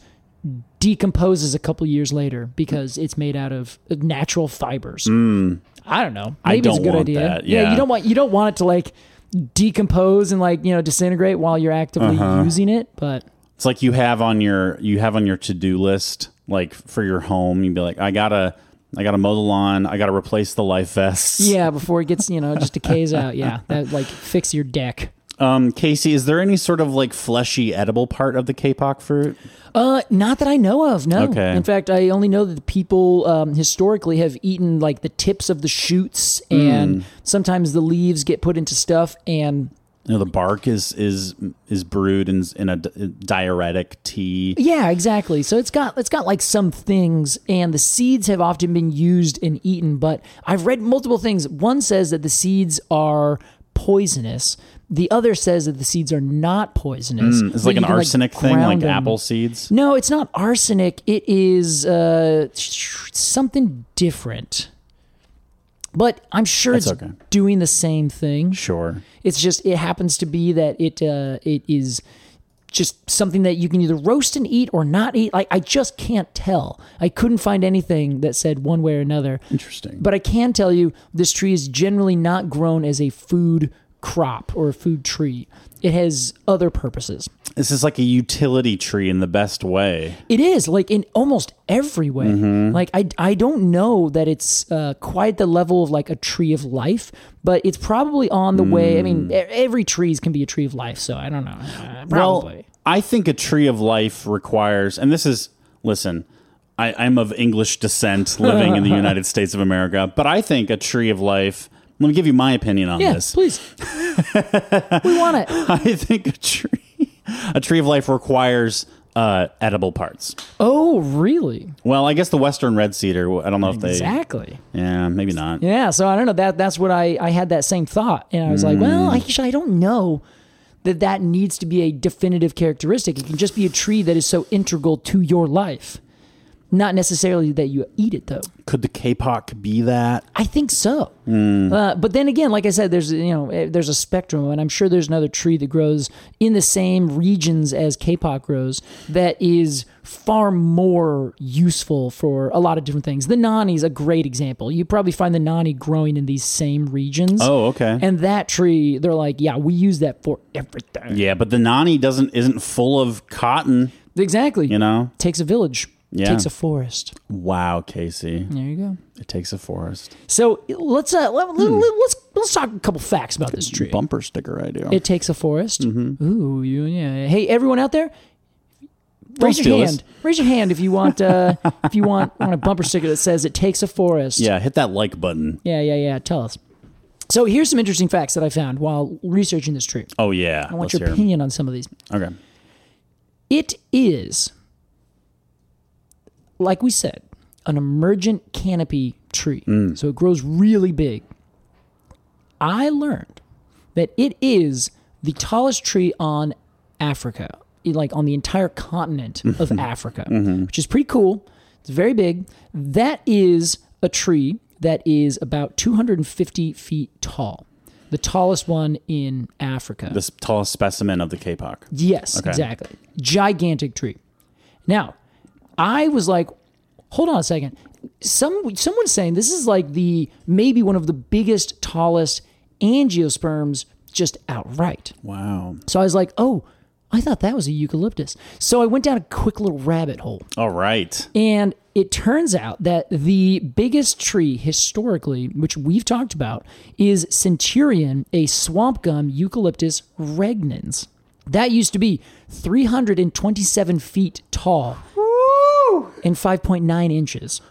decomposes a couple years later because it's made out of natural fibers. I don't know.
Hmm.
Maybe
I
it's a
don't
good
want
idea.
that, yeah.
you don't want you don't want it to like decompose and like you know disintegrate while you're actively
Uh-huh.
using it, but.
It's like you have on your you have on your to do list, like for your home. You'd be like, I gotta, I gotta mow the lawn. I gotta replace the life vests.
Yeah, before it gets, you know, just decays out. Yeah, that like fix your deck.
Um, Casey, is there any sort of like fleshy edible part of the kapok fruit?
Uh, not that I know of. No.
Okay.
In fact, I only know that the people um, historically have eaten like the tips of the shoots,
Hmm.
and sometimes the leaves get put into stuff. And
You know, the bark is is is brewed in in a di- diuretic tea.
yeah, exactly. So it's got it's got like some things, and the seeds have often been used and eaten. But I've read multiple things. One says that the seeds are poisonous. The other says that the seeds are not poisonous.
It's
that
Hmm. like
you
an
can,
arsenic thing, like
ground 'em.
apple seeds.
No, it's not arsenic. It is uh, something different. But I'm sure
That's
it's
okay.
doing the same thing.
Sure.
It's just it happens to be that it uh, it is just something that you can either roast and eat or not eat. Like I just can't tell. I couldn't find anything that said one way or another.
Interesting.
But I can tell you this tree is generally not grown as a food crop or a food tree. It has other purposes.
This is like a utility tree in the best way.
It is like in almost every way. Like I, I don't know that it's uh, quite the level of like a tree of life, but it's probably on the way. I mean, e- every trees can be a tree of life, so I don't know. Uh, probably.
Well, I think a tree of life requires, and this is, listen, I, I'm of English descent living in the United States of America, but I think a tree of life, let me give you my opinion on
yeah,
this.
please. we want it.
I think a tree, a tree of life requires uh, edible parts.
Oh, really?
Well, I guess the Western red cedar, I don't know if they,
Exactly.
yeah, maybe not.
Yeah. So I don't know. That that's what I I had that same thought, and I was like, well, actually, I don't know that that needs to be a definitive characteristic. It can just be a tree that is so integral to your life, not necessarily that you eat it though.
Could the kapok be that?
I think so.
Hmm.
Uh, but then again, like I said, there's you know eh, there's a spectrum, and I'm sure there's another tree that grows in the same regions as K-pop grows that is far more useful for a lot of different things. The nani is a great example. You probably find the nani growing in these same regions.
Oh, okay.
And that tree, they're like, yeah, we use that for everything.
yeah, but the nani doesn't isn't full of cotton,
Exactly.
you know.
Takes a village.
Yeah.
Takes a forest.
Wow, Casey,
There you go.
it takes a forest.
So let's uh, let,
Hmm.
let, let's let's talk a couple facts about this tree.
Bumper sticker idea.
It takes a forest.
Mm-hmm.
Ooh, you, yeah. Hey, everyone out there, raise your
steal
hand.
this.
Raise your hand if you want. Uh, if you want, want a bumper sticker that says "It takes a forest."
Yeah, hit that like button.
yeah, yeah, yeah. Tell us. So here's some interesting facts that I found while researching this tree.
Oh yeah,
I want
Let's
your
hear 'em.
opinion on some of these.
Okay,
It is, like we said, an emergent canopy tree. So it grows really big. I learned that it is the tallest tree on Africa, i- like on the entire continent of Africa, which is pretty cool. It's very big. That is a tree that is about 250 feet tall, the tallest one in Africa.
this tallest specimen of the K-pop.
Yes, exactly. Gigantic tree. Now, I was like, hold on a second. Some someone's saying this is like the maybe one of the biggest, tallest angiosperms just outright.
Wow.
So I was like, oh, I thought that was a eucalyptus. So I went down a quick little rabbit hole.
All right.
And it turns out that the biggest tree historically, which we've talked about, is Centurion, a swamp gum eucalyptus regnans. That used to be 327 feet tall and 5.9 inches,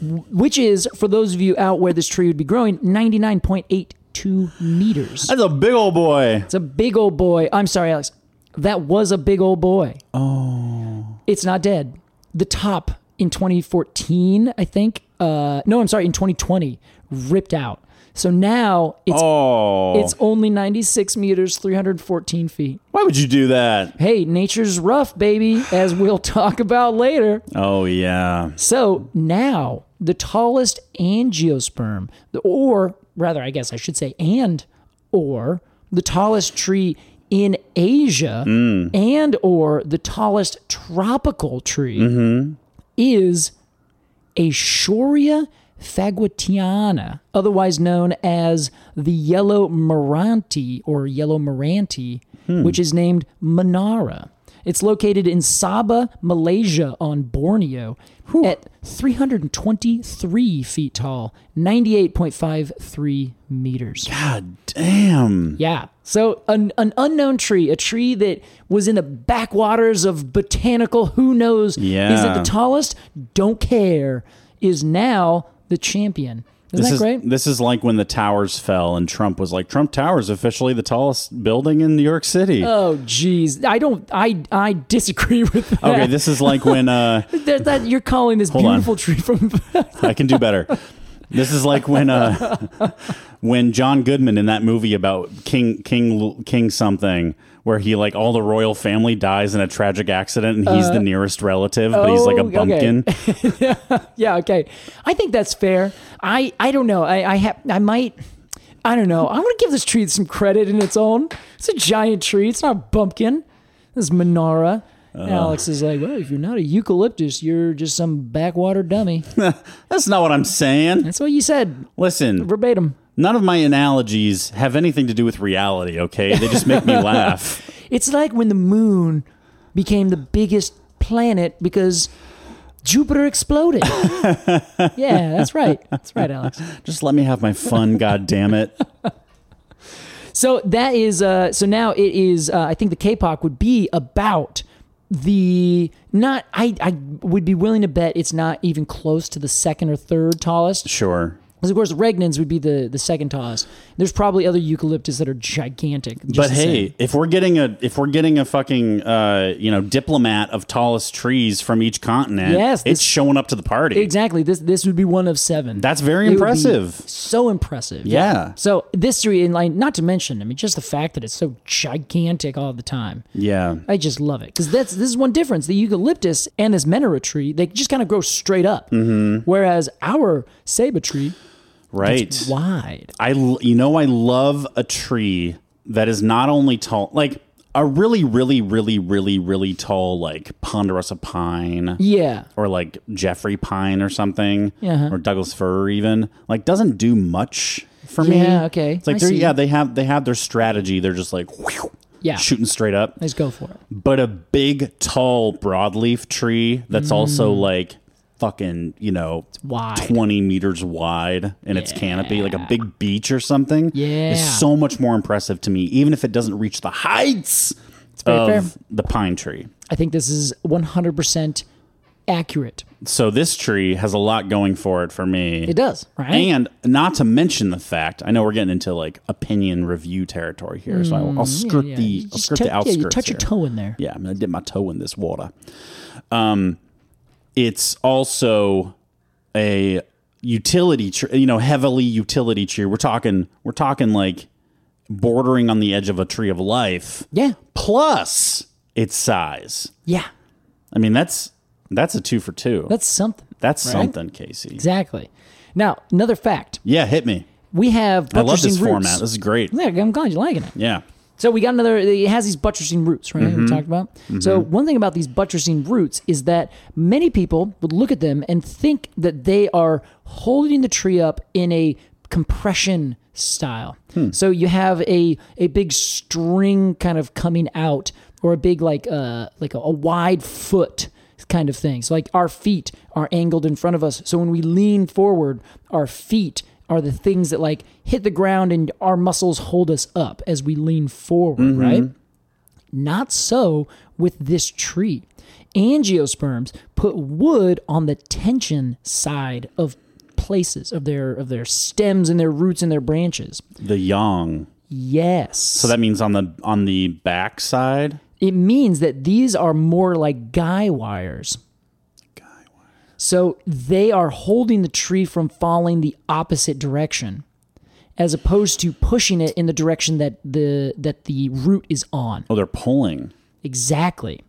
which is, for those of you out where this tree would be growing, 99.82 two meters.
That's a big old boy.
It's a big old boy. I'm sorry, Alex. That was a big old boy. Oh. It's not dead. The top in 2014, I think. Uh, no, I'm sorry, in 2020, ripped out. So now it's
Oh,
it's only 96 meters, 314 feet.
why would you do that?
Hey, nature's rough, baby, as we'll talk about later.
Oh yeah,
So now the tallest angiosperm, the- or rather, I guess I should say, and or the tallest tree in Asia, and or the tallest tropical tree is a Shoria fagotiana, otherwise known as the yellow maranti or yellow maranti, which is named Manara. It's located in Sabah, Malaysia, on Borneo, at 323 feet tall, 98.53 meters.
God damn.
Yeah. So an, an unknown tree, a tree that was in the backwaters of botanical, who knows, is it
Yeah.
the tallest? Don't care. Is now the champion. Isn't
This
that
is
great?
this is like when the towers fell and Trump was like, Trump Tower's officially the tallest building in New York City.
Oh, geez. I don't. I I disagree with that.
okay, this is like when uh,
that, that you're calling this
Hold on.
beautiful tree from.
I can do better. This is like when uh, when John Goodman in that movie about King King King something where he like all the royal family dies in a tragic accident and he's the nearest relative but he's like
Uh, oh,
a
okay.
bumpkin.
yeah. Okay. I think that's fair. I I don't know. I I have. I might. I don't know. I want to give this tree some credit in its own. It's a giant tree. It's not a bumpkin. This is Minara. And Alex is like, well, if you're not a eucalyptus, you're just some backwater dummy.
That's not what I'm saying.
That's what you said
Listen,
verbatim.
none of my analogies have anything to do with reality, okay? They just make me laugh.
It's like when the moon became the biggest planet because Jupiter exploded. yeah, that's right. That's right, Alex.
Just let me have my fun, god damn it.
So that is uh, so now it is. Uh, I think the K-pop would be about the not. I I would be willing to bet it's not even close to the second or third tallest.
Sure.
Because of course, regnans would be the the second tallest. There's probably other eucalyptus that are gigantic. just
But
the
hey,
same.
if we're getting a if we're getting a fucking uh, you know diplomat of tallest trees from each continent,
Yes, this-
it's showing up to the party.
exactly this this would be one of seven.
That's very
It would be
impressive.
So impressive.
Yeah.
So this tree, and like, not to mention, I mean, just the fact that it's so gigantic all the time.
Yeah.
I just love it because that's this is one difference. The eucalyptus and this menara tree, they just kind of grow straight up,
Mm-hmm.
whereas our ceiba tree
Right.
is wide.
I l- you know I love a tree that is not only tall like a really really really really really tall like ponderosa pine
Yeah,
or like Jeffrey Pine or something,
Uh-huh.
or Douglas fir even like doesn't do much for me.
Yeah, okay.
It's like
I
they're
see.
yeah they have they have their strategy. They're just like whew,
Yeah.
shooting straight up.
let's go for it.
But a big tall broadleaf tree that's also like fucking you know
Mm. wide.
twenty meters wide in its canopy, like a big beach or something.
Yeah.
is so much more impressive to me, even if it doesn't reach the heights
very
of
fair.
the pine tree.
I think this is one hundred percent accurate.
So this tree has a lot going for it for me.
It does, right?
And not to mention the fact, I know we're getting into like opinion review territory here, so I'll, I'll skirt
Mm, yeah.
the
You
I'll
just
skirt
tou-
the outskirts.
yeah, you touch your
here.
toe in there.
Yeah, I'm gonna dip my toe in this water. Um, it's also a utility, tr- you know, heavily utility tree. We're talking, we're talking like bordering on the edge of a tree of life.
Yeah,
Plus its size.
yeah,
I mean, that's that's a two for two.
that's something.
That's something, Casey.
Exactly. Now, another fact:
Yeah, hit me.
we have.
I love this
buttressing roots.
format. This is great.
Yeah, I'm glad you're liking it.
Yeah.
So we got another. It has these buttressing roots, right? We talked about. So one thing about these buttressing roots is that many people would look at them and think that they are holding the tree up in a compression style. So you have a a big string kind of coming out, or a big like uh like a, a wide foot kind of thing. So like our feet are angled in front of us. So when we lean forward, our feet are the things that like hit the ground and our muscles hold us up as we lean forward, right? Not so with this tree. Angiosperms put wood on the tension side of places of their of their stems and their roots and their branches.
The yang.
Yes.
So that means on the on the back side.
it means that these are more like guy wires. So they are holding the tree from falling the opposite direction, as opposed to pushing it in the direction that the that the root is on.
Oh, they're pulling.
Exactly.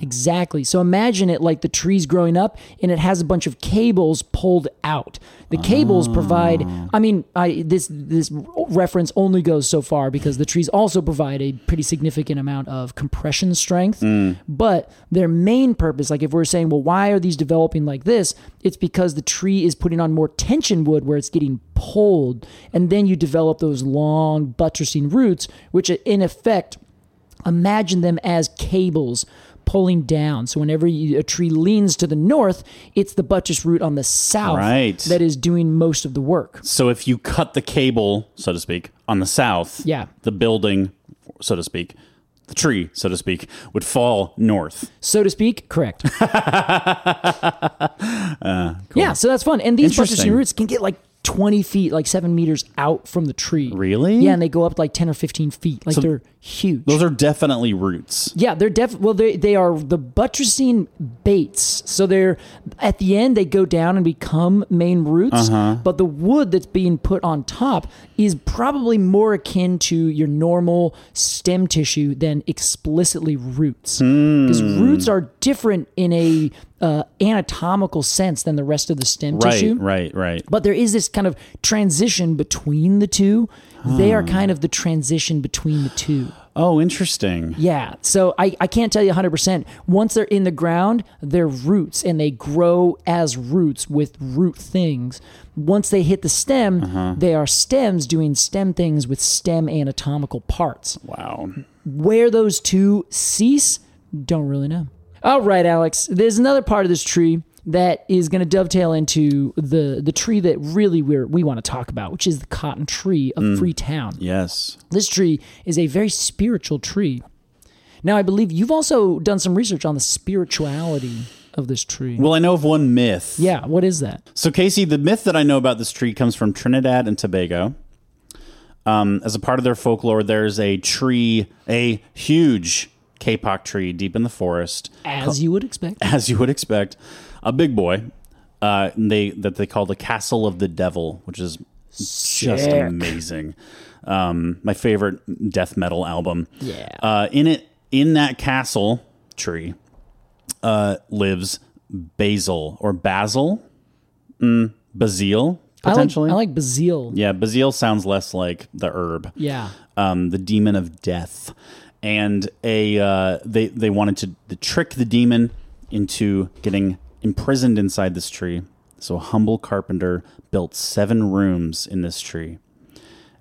Exactly. So imagine it like the tree's growing up and it has a bunch of cables pulled out. The cables provide I mean, I this this reference only goes so far because the trees also provide a pretty significant amount of compression strength, but their main purpose like if we're saying, well, why are these developing like this? It's because the tree is putting on more tension wood where it's getting pulled and then you develop those long buttressing roots which uh, in effect imagine them as cables pulling down. So whenever you, a tree leans to the north, it's the buttress root on the south
Right.
that is doing most of the work.
So if you cut the cable, so to speak, on the south,
Yeah.
the building, so to speak, the tree, so to speak, would fall north.
So to speak, correct. Yeah, so that's fun. And these
Uh,
buttressing
Interesting.
roots can get like 20 feet, like seven meters out from the tree.
Really?
Yeah, and they go up like 10 or 15 feet. Like
So
they're huge.
Those are definitely roots.
Yeah, they're def well they they are the buttressing baits. So they're at the end they go down and become main roots,
Uh-huh.
but the wood that's being put on top is probably more akin to your normal stem tissue than explicitly roots. Because
Hmm.
roots are different in a uh, anatomical sense than the rest of the stem
Right,
tissue.
right, right.
But there is this kind of transition between the two. They are kind of the transition between the two.
Oh, interesting.
Yeah. So I, I can't tell you 100%. Once they're in the ground, they're roots and they grow as roots with root things. Once they hit the stem, they are stems doing stem things with stem anatomical parts.
Wow.
Where those two cease, don't really know. All right, Alex. There's another part of this tree that is going to dovetail into the the tree that really we're, we want to talk about, which is the cotton tree of Freetown.
Yes.
This tree is a very spiritual tree. Now, I believe you've also done some research on the spirituality of this tree.
Well, I know of one myth.
yeah, what is that?
So, Casey, the myth that I know about this tree comes from Trinidad and Tobago. Um, as a part of their folklore, there's a tree, a huge kapok tree deep in the forest,
As you would expect.
as you would expect, a big boy. Uh, they that they call the Castle of the Devil, which is just
Sick.
amazing. Um, my favorite death metal album.
Yeah.
Uh, in it, in that castle tree, uh, lives Basil or Basil, mm, Basil
I like, I
potentially.
like Bazil.
yeah, Basil sounds less like the herb
Yeah.
um, the demon of death, and a uh, they they wanted to, to trick the demon into getting imprisoned inside this tree. So a humble carpenter built seven rooms in this tree,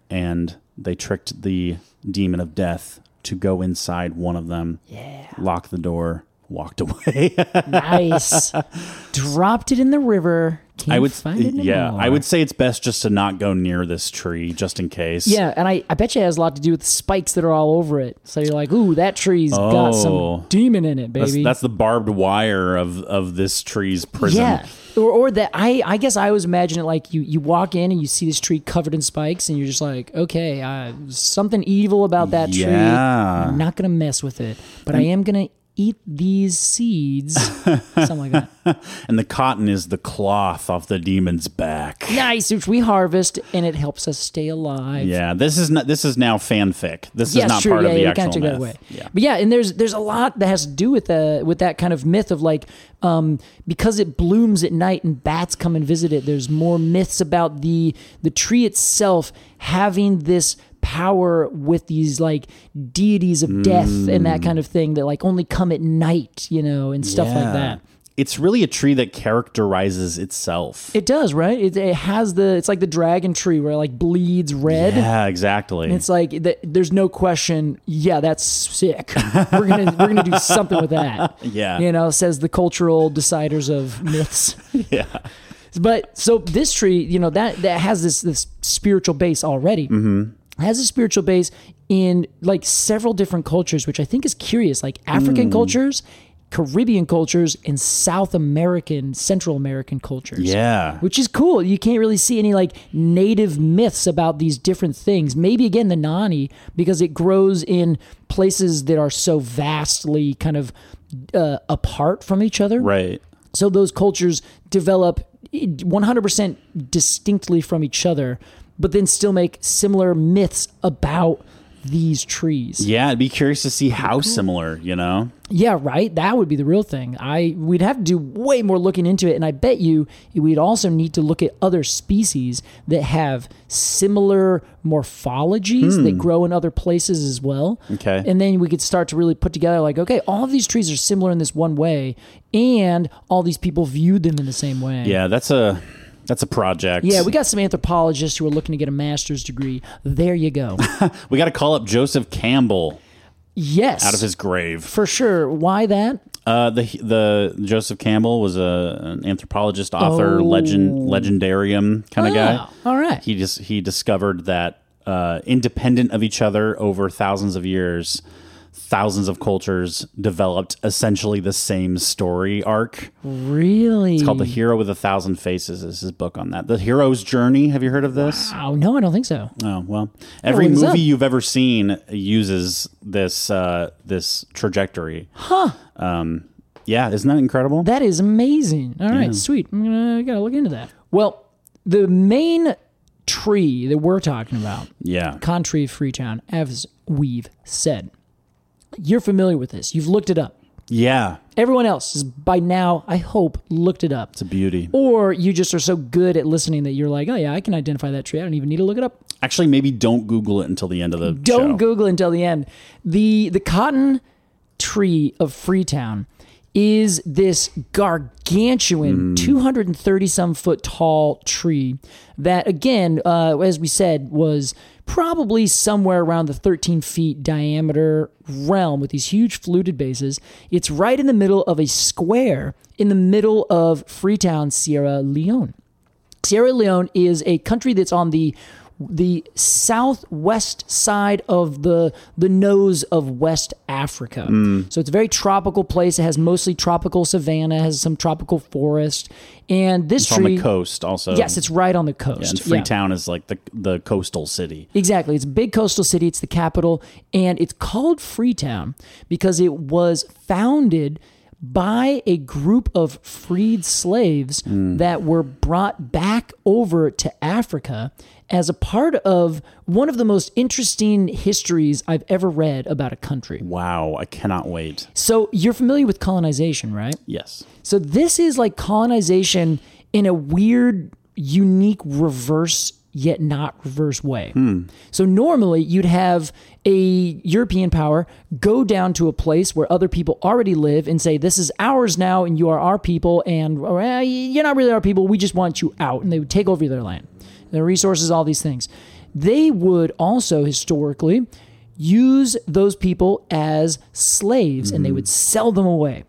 and they tricked the demon of death to go inside one of them. Yeah, locked the door, walked away.
Nice. Dropped it in the river. Can't
I would
find it anymore.
yeah, I would say it's best just to not go near this tree, just in case.
Yeah, and I, I bet you it has a lot to do with the spikes that are all over it. So you're like, ooh, that tree's got
Oh.
some demon in it,
That's,
baby.
that's the barbed wire of, of this tree's prison.
Yeah. Or, or that I, I guess I always imagine it like you, you walk in and you see this tree covered in spikes and you're just like, okay, uh, something evil about that tree.
Yeah.
I'm not going to mess with it, but I am going to eat these seeds. something like that.
And the cotton is the cloth off the demon's back.
Nice, which we harvest and it helps us stay alive.
Yeah, this is not. This is now fanfic. This is not part
yeah,
of the
you
actual
kinda took
myth.
That away.
Yeah,
But yeah, and there's there's a lot that has to do with the with that kind of myth of like um, because it blooms at night and bats come and visit it. There's more myths about the the tree itself having this power with these like deities of death and that
Mm.
kind of thing that like only come at night, you know, and stuff like that.
it's really a tree that characterizes itself.
It does, right? It, it has the it's like the dragon tree where it like bleeds red.
yeah, exactly.
It's like th- there's no question. Yeah, that's sick. We're gonna we're gonna do something with that.
Yeah.
you know, says the cultural deciders of myths. yeah, but so this tree, you know, that that has this this spiritual base already. Mm-hmm. Has a spiritual base in like several different cultures, which I think is curious, like African cultures. Caribbean cultures and South American, Central American cultures.
Yeah.
Which is cool. You can't really see any like native myths about these different things. Maybe again the nani because it grows in places that are so vastly kind of uh, apart from each other.
Right.
So those cultures develop eh, 100% distinctly from each other, but then still make similar myths about these trees.
Yeah, I'd be curious to see how similar, you know?
Yeah, right. That would be the real thing. I we'd have to do way more looking into it, and I bet you we'd also need to look at other species that have similar morphologies that grow in other places as well.
Hmm. Okay.
and then we could start to really put together like, okay, all of these trees are similar in this one way, and all these people viewed them in the same way.
Yeah, that's a that's a project.
Yeah, we got some anthropologists who are looking to get a master's degree. There you go.
we got to call up Joseph Campbell
Yes.
out of his grave.
for sure. Why that?
Uh, the the Joseph Campbell was a an anthropologist, author, legend, legendarium kind of guy.
Oh. Ah, all right.
He just he discovered that uh, independent of each other over thousands of years, thousands of cultures developed essentially the same story arc.
Really?
It's called The Hero with a Thousand Faces. Is his book on that? The Hero's Journey. Have you heard of this?
Oh no, I don't think so.
Oh well, every
what is
movie
up?
you've ever seen uses this uh, this trajectory. Huh. Um, yeah, isn't that incredible?
That is amazing. All right, sweet. I'm gonna I gotta look into that. Well, the main tree that we're talking about,
yeah.
contrary Freetown, as we've said, you're familiar with this. You've looked it up.
Yeah.
Everyone else has by now, I hope, looked it up.
It's a beauty.
Or you just are so good at listening that you're like, oh yeah, I can identify that tree. I don't even need to look it up.
Actually, maybe don't Google it until the end of the
Don't
show.
Google until the end. The the cotton tree of Freetown is this gargantuan 230 some foot tall tree that again uh, as we said was probably somewhere around the 13 feet diameter realm with these huge fluted bases it's right in the middle of a square in the middle of freetown sierra leone Sierra Leone is a country that's on the the southwest side of the the nose of West Africa.
Mm.
So it's a very tropical place. It has mostly tropical savanna, has some tropical forest, and this
It's on
tree.
the coast, also.
Yes, it's right on the coast.
and
Yeah.
Freetown is like the the coastal city.
Exactly. It's a big coastal city. It's the capital. And it's called Freetown because it was founded by a group of freed slaves that were brought back over to Africa as a part of one of the most interesting histories I've ever read about a country.
Wow, I cannot wait.
So you're familiar with colonization, right?
Yes.
So this is like colonization in a weird, unique reverse yet not reverse way. So normally you'd have a European power go down to a place where other people already live and say this is ours now and you are our people and well, eh, you're not really our people, we just want you out and they would take over their land, their resources, all these things. They would also historically use those people as slaves and they would sell them away.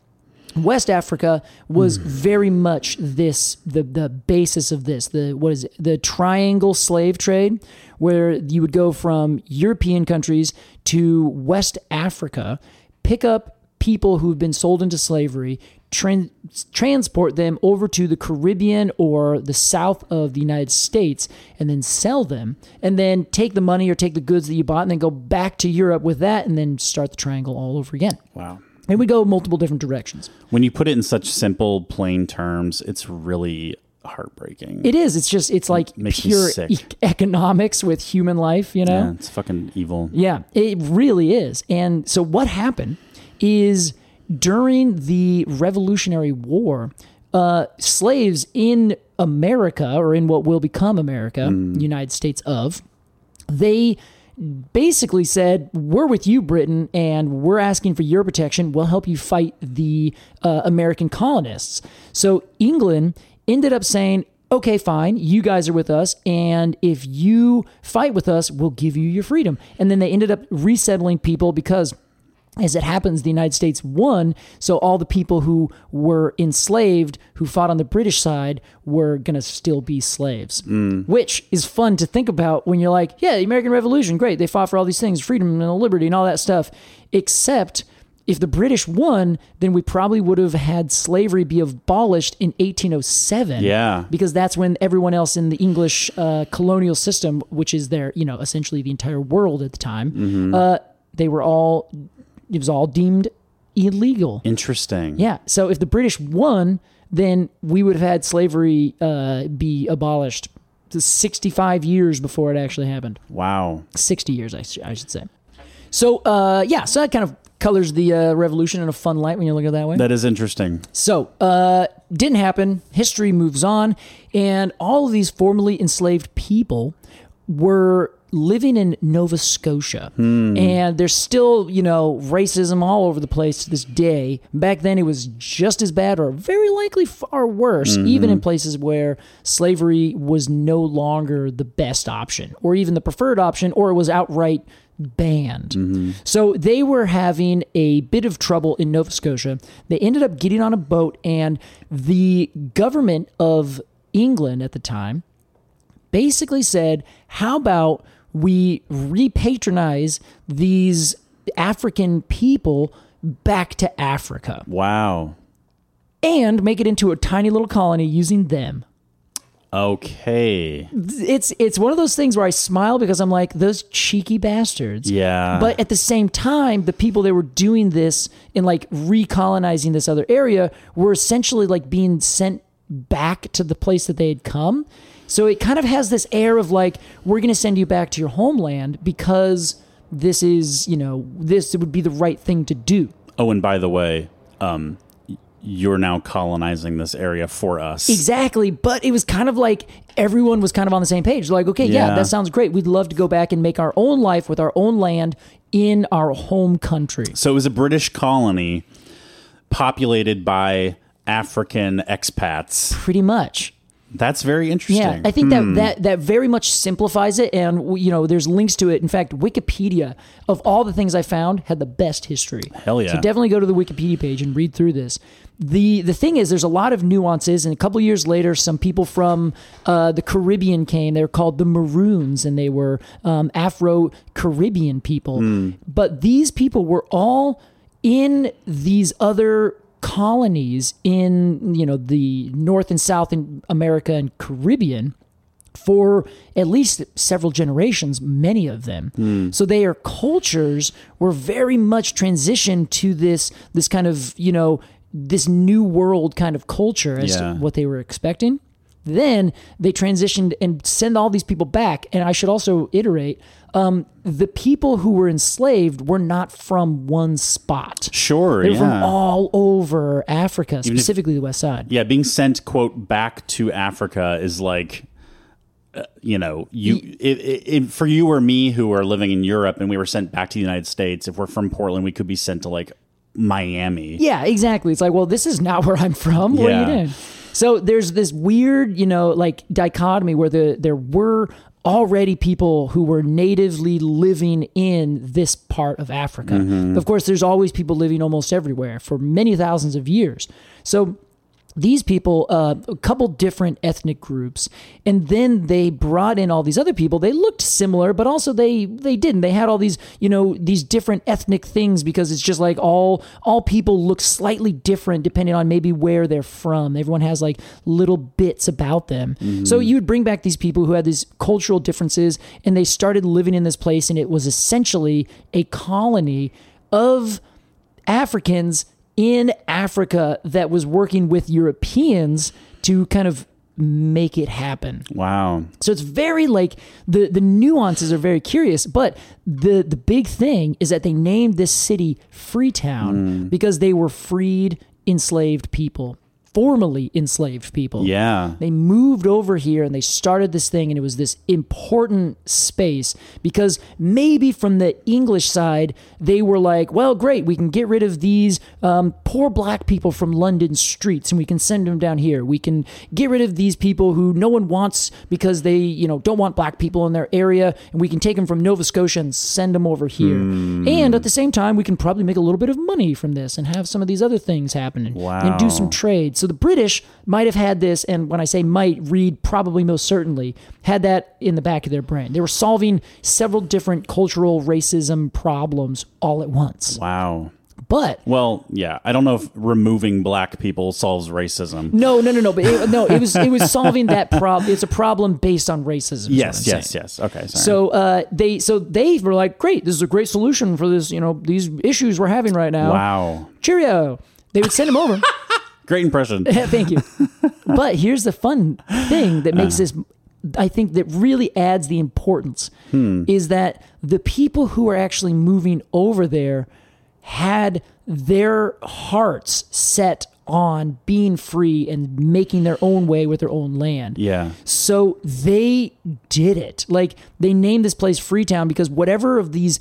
West Africa was very much this the the basis of this the what is it the triangle slave trade where you would go from European countries to West Africa pick up people who've been sold into slavery tran- transport them over to the Caribbean or the south of the United States and then sell them and then take the money or take the goods that you bought and then go back to Europe with that and then start the triangle all over again
Wow.
and we go multiple different directions
When you put it in such simple, plain terms, it's really heartbreaking.
It is. It's just it's like
makes me
pure
sick.
e- economics with human life, you
yeah,
know?
it's fucking evil.
Yeah. it really is. And so what happened is during the Revolutionary War, uh, slaves in America or in what will become America,
Mm.
United States of, they basically said, "We're with you, Britain, and we're asking for your protection. We'll help you fight the uh, American colonists." So England ended up saying, "Okay, fine. You guys are with us, and if you fight with us, we'll give you your freedom." And then they ended up resettling people because as it happens, the United States won, so all the people who were enslaved, who fought on the British side, were gonna still be slaves, which is fun to think about when you're like, yeah, the American Revolution, great, they fought for all these things, freedom and liberty and all that stuff, except If the British won, then we probably would have had slavery be abolished in 1807.
Yeah.
Because that's when everyone else in the English uh, colonial system, which is their, you know, essentially the entire world at the time, uh, they were all, it was all deemed illegal.
Interesting.
Yeah. So if the British won, then we would have had slavery uh, be abolished to 65 years before it actually happened.
Wow.
60 years, I, sh- I should say. So, uh, yeah, so that kind of colors the uh, revolution in a fun light when you look at it that way.
That is interesting.
So, uh, didn't happen. History moves on. And all of these formerly enslaved people were living in Nova Scotia. And there's still, you know, racism all over the place to this day. Back then, it was just as bad or very likely far worse, even in places where slavery was no longer the best option or even the preferred option or it was outright banned. So they were having a bit of trouble in Nova Scotia. They ended up getting on a boat, and the government of England at the time basically said, How about we repatronize these African people back to Africa
Wow.
and make it into a tiny little colony using them?
Okay.
It's it's one of those things where I smile because I'm like those cheeky bastards.
Yeah.
But at the same time, the people that were doing this and like recolonizing this other area were essentially like being sent back to the place that they had come. So it kind of has this air of like, we're going to send you back to your homeland because this is, you know, this would be the right thing to do.
oh, and by the way, um, y- you're now colonizing this area for us.
Exactly. But it was kind of like everyone was kind of on the same page. Like, okay, yeah,
Yeah.
that sounds great. We'd love to go back and make our own life with our own land in our home country.
So it was a British colony populated by African expats.
Pretty much.
That's very interesting.
Yeah, I think that, that that very much simplifies it, and w- you know, there's links to it. In fact, Wikipedia of all the things I found had the best history.
Hell yeah.
So definitely go to the Wikipedia page and read through this. the The thing is, there's a lot of nuances, and a couple years later, some people from uh, the Caribbean came. They were called the Maroons, and they were um, Afro Caribbean people. But these people were all in these other colonies in you know the North and South in America and Caribbean for at least several generations, many of them. So their cultures were very much transitioned to this this kind of you know this new world kind of culture as
Yeah.
to what they were expecting. Then they transitioned and send all these people back. And I should also iterate: um, the people who were enslaved were not from one spot.
Sure.
They were
yeah.
from all over Africa, specifically the West Side.
yeah, being sent quote back to Africa is like uh, you know, you it, it, it, for you or me who are living in Europe and we were sent back to the United States. If we're from Portland, we could be sent to like Miami.
Yeah, exactly. It's like, well, this is not where I'm from. What are you
Yeah.
doing? So there's this weird, you know, like dichotomy where the there were already people who were natively living in this part of Africa. Of course, there's always people living almost everywhere for many thousands of years. So these people, uh, a couple different ethnic groups, and then they brought in all these other people. They looked similar, but also they they didn't. They had all these you know these different ethnic things because it's just like all all people look slightly different depending on maybe where they're from. Everyone has like little bits about them. So you would bring back these people who had these cultural differences, and they started living in this place, and it was essentially a colony of Africans in Africa that was working with Europeans to kind of make it happen.
Wow.
So it's very like the the nuances are very curious, but the the big thing is that they named this city Freetown because they were freed enslaved people, formerly enslaved people.
Yeah.
They moved over here and they started this thing, and it was this important space because maybe from the English side, they were like, well, great, we can get rid of these um, poor black people from London streets and we can send them down here. We can get rid of these people who no one wants because they, you know, don't want black people in their area, and we can take them from Nova Scotia and send them over here.
Hmm.
And at the same time, we can probably make a little bit of money from this and have some of these other things happen and, and do some
Wow.
trade. So the British might have had this, and when I say might, read probably most certainly had that in the back of their brain. They were solving several different cultural racism problems all at once.
Wow.
But
Well, yeah, I don't know if removing black people solves racism.
no, no, no, no. But it, no, it was it was solving that problem. It's a problem based on racism. is what I'm
yes,
saying.
yes, yes. Okay, sorry.
So uh, they so they were like, great, this is a great solution for this. You know, these issues we're having right now.
wow,
Cheerio. They would send him over.
great impression.
Yeah, Thank you. but here's the fun thing that makes this, I think, that really adds the importance is that the people who are actually moving over there had their hearts set on being free and making their own way with their own land.
yeah,
So they did it. Like they named this place Freetown because whatever of these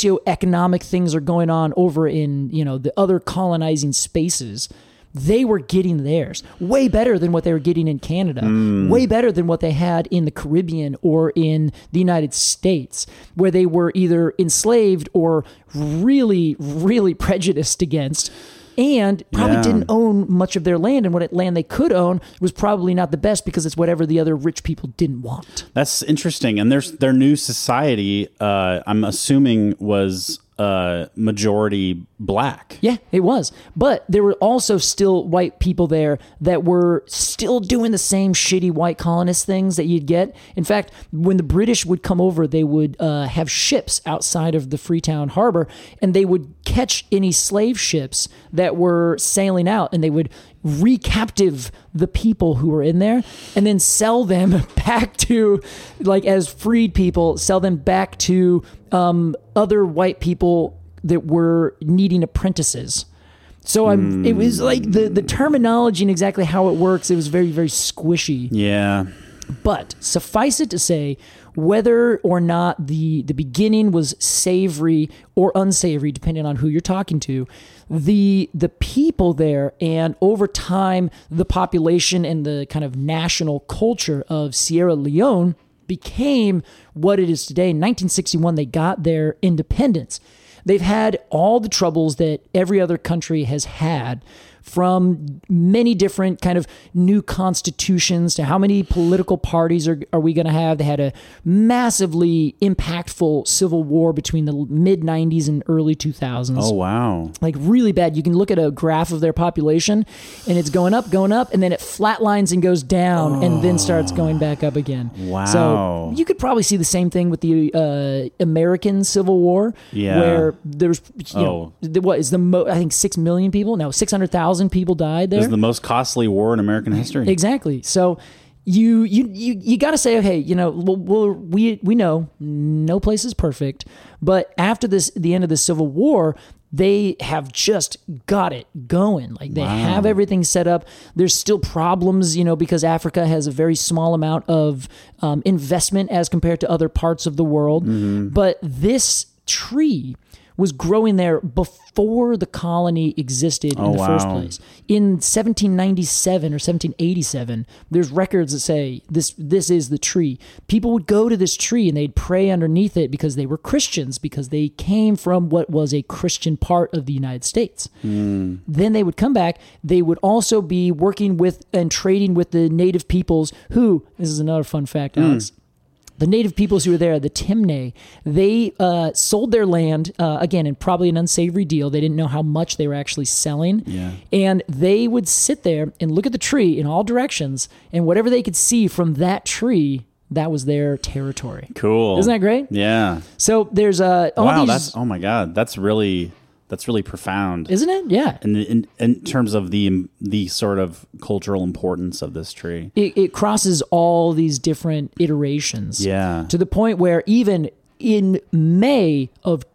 socioeconomic things are going on over in, you know, the other colonizing spaces, they were getting theirs way better than what they were getting in Canada, way better than what they had in the Caribbean or in the United States, where they were either enslaved or really, really prejudiced against. And probably
Yeah.
didn't own much of their land, and what land they could own was probably not the best because it's whatever the other rich people didn't want.
that's interesting. And there's their new society. Uh, I'm assuming was uh, majority black.
Yeah, it was. But there were also still white people there that were still doing the same shitty white colonist things that you'd get. In fact, when the British would come over, they would uh, have ships outside of the Freetown harbor and they would catch any slave ships that were sailing out and they would recaptive the people who were in there and then sell them back to like as freed people sell them back to um, other white people that were needing apprentices so i'm it was like the the terminology and exactly how it works it was very very squishy
Yeah,
but suffice it to say, whether or not the the beginning was savory or unsavory, depending on who you're talking to, the the people there and over time the population and the kind of national culture of Sierra Leone became what it is today. In 1961, they got their independence. They've had all the troubles that every other country has had from many different kind of new constitutions to how many political parties are, are we going to have they had a massively impactful civil war between the mid 90s and early 2000s
Oh wow.
like really bad you can look at a graph of their population and it's going up going up and then it flatlines and goes down and then starts going back up again
Wow.
so you could probably see the same thing with the uh, american civil war
Yeah. Oh.
where there's you know, the, what is the mo- i think 6 million people no 600000 people died
This
there
is the most costly war in American history.
Exactly. So you you you, you got to say, okay, you know, well, well, we we know no place is perfect, but after this, the end of the Civil War. They have just got it going. Like they have everything set up. There's still problems, you know, because Africa has a very small amount of um, investment as compared to other parts of the world. But this tree was growing there before the colony existed in the first
wow.
place. In 1797 or 1787, there's records that say this this is the tree. People would go to this tree and they'd pray underneath it because they were Christians because they came from what was a Christian part of the United States. Then they would come back. They would also be working with and trading with the native peoples who this is another fun fact, Alex the native peoples who were there, the Timne, they uh, sold their land uh, again in probably an unsavory deal. They didn't know how much they were actually selling, and they would sit there and look at the tree in all directions, and whatever they could see from that tree, that was their territory.
Cool.
Isn't that great?
Oh. Yeah.
So there's uh, all
wow.
these,
That's oh my god. That's really that's really profound.
isn't it? Yeah.
in, in in terms of the um, the sort of cultural importance of this tree.
it, it crosses all these different iterations.
Yeah.
To the point where even in May of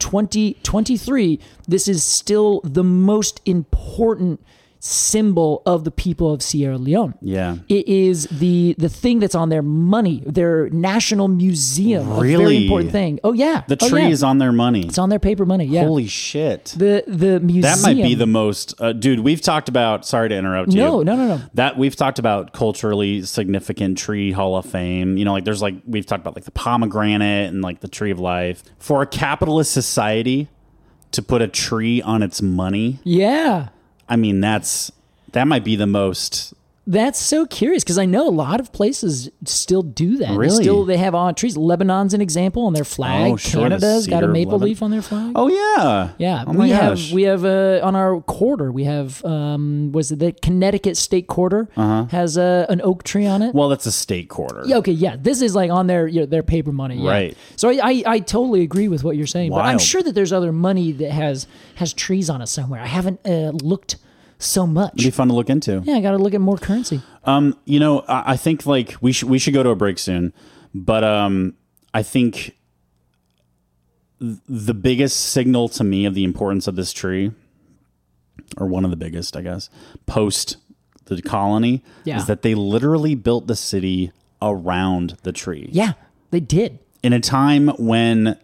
2023, this is still the most important symbol of the people of Sierra Leone.
Yeah.
It is the the thing that's on their money, their national museum. A very
Really?
important thing. Oh yeah.
The
Oh,
tree
yeah.
is on their money.
it's on their paper money. Yeah.
Holy shit.
the the museum.
that might be the most uh, dude we've talked about sorry to interrupt you
No, no, no, no.
that we've talked about culturally significant tree hall of fame you know like there's like we've talked about like the pomegranate and like the tree of life for a capitalist society to put a tree on its money
Yeah.
i mean that's that might be the most
That's so curious because I know a lot of places still do that.
Really?
They still they have on trees. Lebanon's an example on their flag.
Oh, sure, the
Canada's got a
cedar of
maple
Lebanon.
leaf on their flag.
Oh yeah.
yeah.
Oh my
we
gosh.
have we have uh, on our quarter we have um was it the Connecticut state quarter has uh, an oak tree on it.
Uh-huh. well, that's a state quarter.
Yeah, okay, yeah. This is like on their you know, their paper money, yeah.
Right.
So I, I, I totally agree with what you're saying, but I'm
Wild.
sure that there's other money that has has trees on it somewhere. I haven't uh, looked so much.
It'd be fun to look into.
yeah, I got to look at more currency.
Um, you know, I, I think like we should we should go to a break soon, but um, I think th- the biggest signal to me of the importance of this tree, or one of the biggest, I guess, post the colony,
Yeah.
is that they literally built the city around the tree
Yeah, they did.
in a time when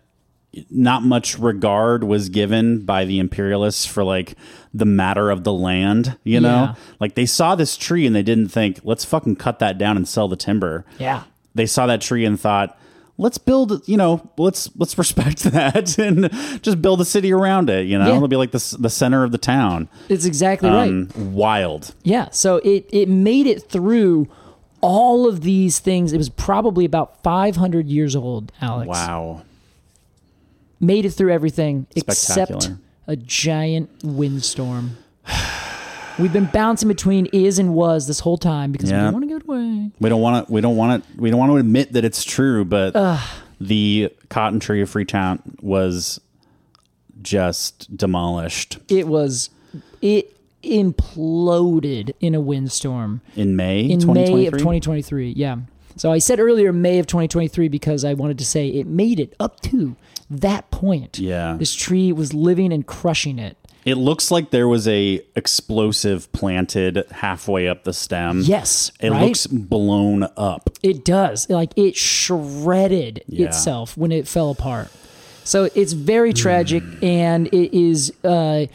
not much regard was given by the imperialists for like the matter of the land, you know?
Yeah.
Like they saw this tree and they didn't think, let's fucking cut that down and sell the timber.
Yeah.
They saw that tree and thought, let's build, you know, let's let's respect that and just build a city around it, you know?
Yeah.
It'll be like the s- the center of the town.
It's exactly right.
Um, wild.
Yeah. So it it made it through all of these things. It was probably about 500 years old, Alex.
Wow.
Made it through everything except
Spectacular.
a giant windstorm. We've been bouncing between is and was this whole time because
Yeah.
we want a good way.
We don't want to. We don't want to. We don't want to admit that it's true, but the cotton tree of Freetown was just demolished
It was it imploded in a windstorm.
in May.
in
2023?
May of 2023. Yeah. So I said earlier May of 2023 because I wanted to say it made it up to that point.
Yeah.
This tree was living and crushing it.
It looks like there was a explosive planted halfway up the stem.
Yes,
it
right?
looks blown up.
It does. Like it shredded
Yeah.
itself when it fell apart. So it's very tragic
Mm.
and it is uh,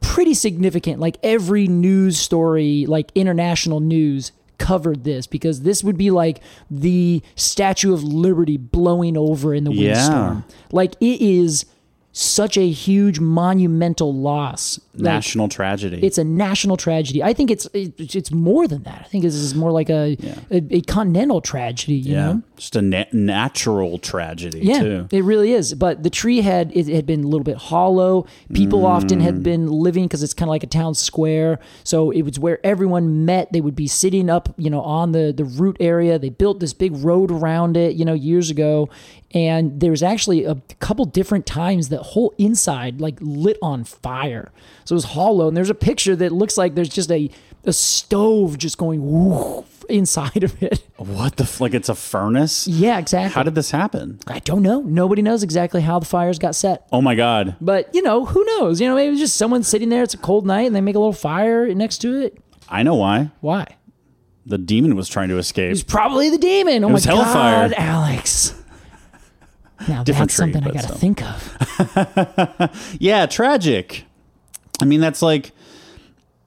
pretty significant. Like every news story, like international news, covered this because this would be like the Statue of Liberty blowing over in the
Yeah.
windstorm. Like it is such a huge monumental loss. Like,
National tragedy.
it's a national tragedy. I think it's it, it's more than that. I think this is more like a a, a continental tragedy. You
yeah,
know?
just a na- natural tragedy
Yeah,
too.
it really is. But the tree had it had been a little bit hollow.
Mm.
People often had been living because it's kind of like a town square, so it was where everyone met. They would be sitting up, you know, on the the root area. They built this big road around it, you know, years ago. And there was actually a couple different times that whole inside like lit on fire. So it was hollow, and there's a picture that looks like there's just a a stove just going woo inside of it.
What the f- like? It's a furnace.
Yeah, exactly.
How did this happen?
I don't know. Nobody knows exactly how the fires got set.
Oh my god!
But you know, who knows? You know, maybe it was just someone sitting there. It's a cold night, and they make a little fire next to it.
I know why.
Why?
The demon was trying to escape.
It's probably the demon. Oh
was
my
hellfire.
god, Alex! Now
Different
that's
tree,
something I
but
got to
still.
think of.
yeah tragic i mean that's like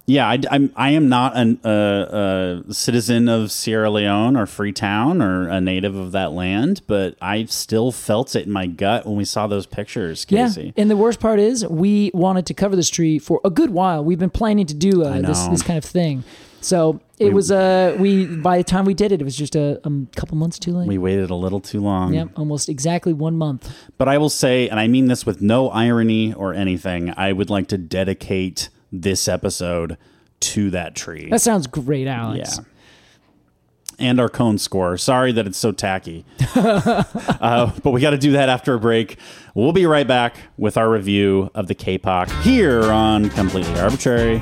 yeah I, I'm, I am not an, uh, a citizen of sierra leone or freetown or a native of that land but i still felt it in my gut when we saw those pictures casey
Yeah, and the worst part is we wanted to cover this tree for a good while. We've been planning to do uh, this
know.
this kind of thing. So it was uh we by the time we did it, it was just a um, couple months too late.
we waited a little too long
Yep, almost exactly one month.
But I will say, and I mean this with no irony or anything, I would like to dedicate this episode to that tree
That sounds great, Alex.
Yeah. and our cone score. Sorry that it's so tacky. uh, but we got to do that after a break. We'll be right back with our review of the K-pop here on Completely Arbitrary.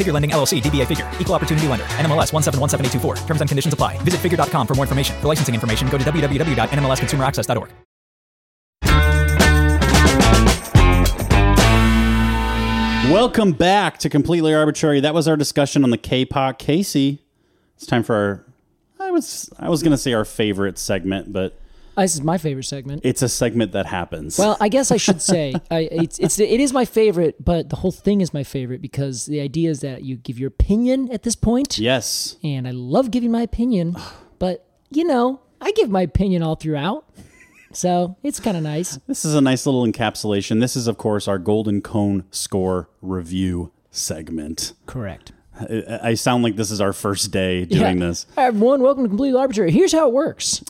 Figure Lending LLC, DBA Figure, Equal Opportunity Lender, NMLS 1717824. Terms and conditions apply. Visit figure.com for more information. For licensing information, go to www.nmlsconsumeraccess.org.
Welcome back to Completely Arbitrary. That was our discussion on the K-pop. Casey, it's time for our. I was I was gonna say our favorite segment, but
This is my favorite segment.
It's a segment that happens.
Well, I guess I should say I, it's, it's it is my favorite, but the whole thing is my favorite because the idea is that you give your opinion at this point,
yes.
and I love giving my opinion, but you know I give my opinion all throughout, so it's kind of nice.
This is a nice little encapsulation. This is, of course, our Golden Cone score review segment.
Correct.
I, I sound like this is our first day doing this.
Hi, everyone. Welcome to Completely Arbitrary. Here's how it works.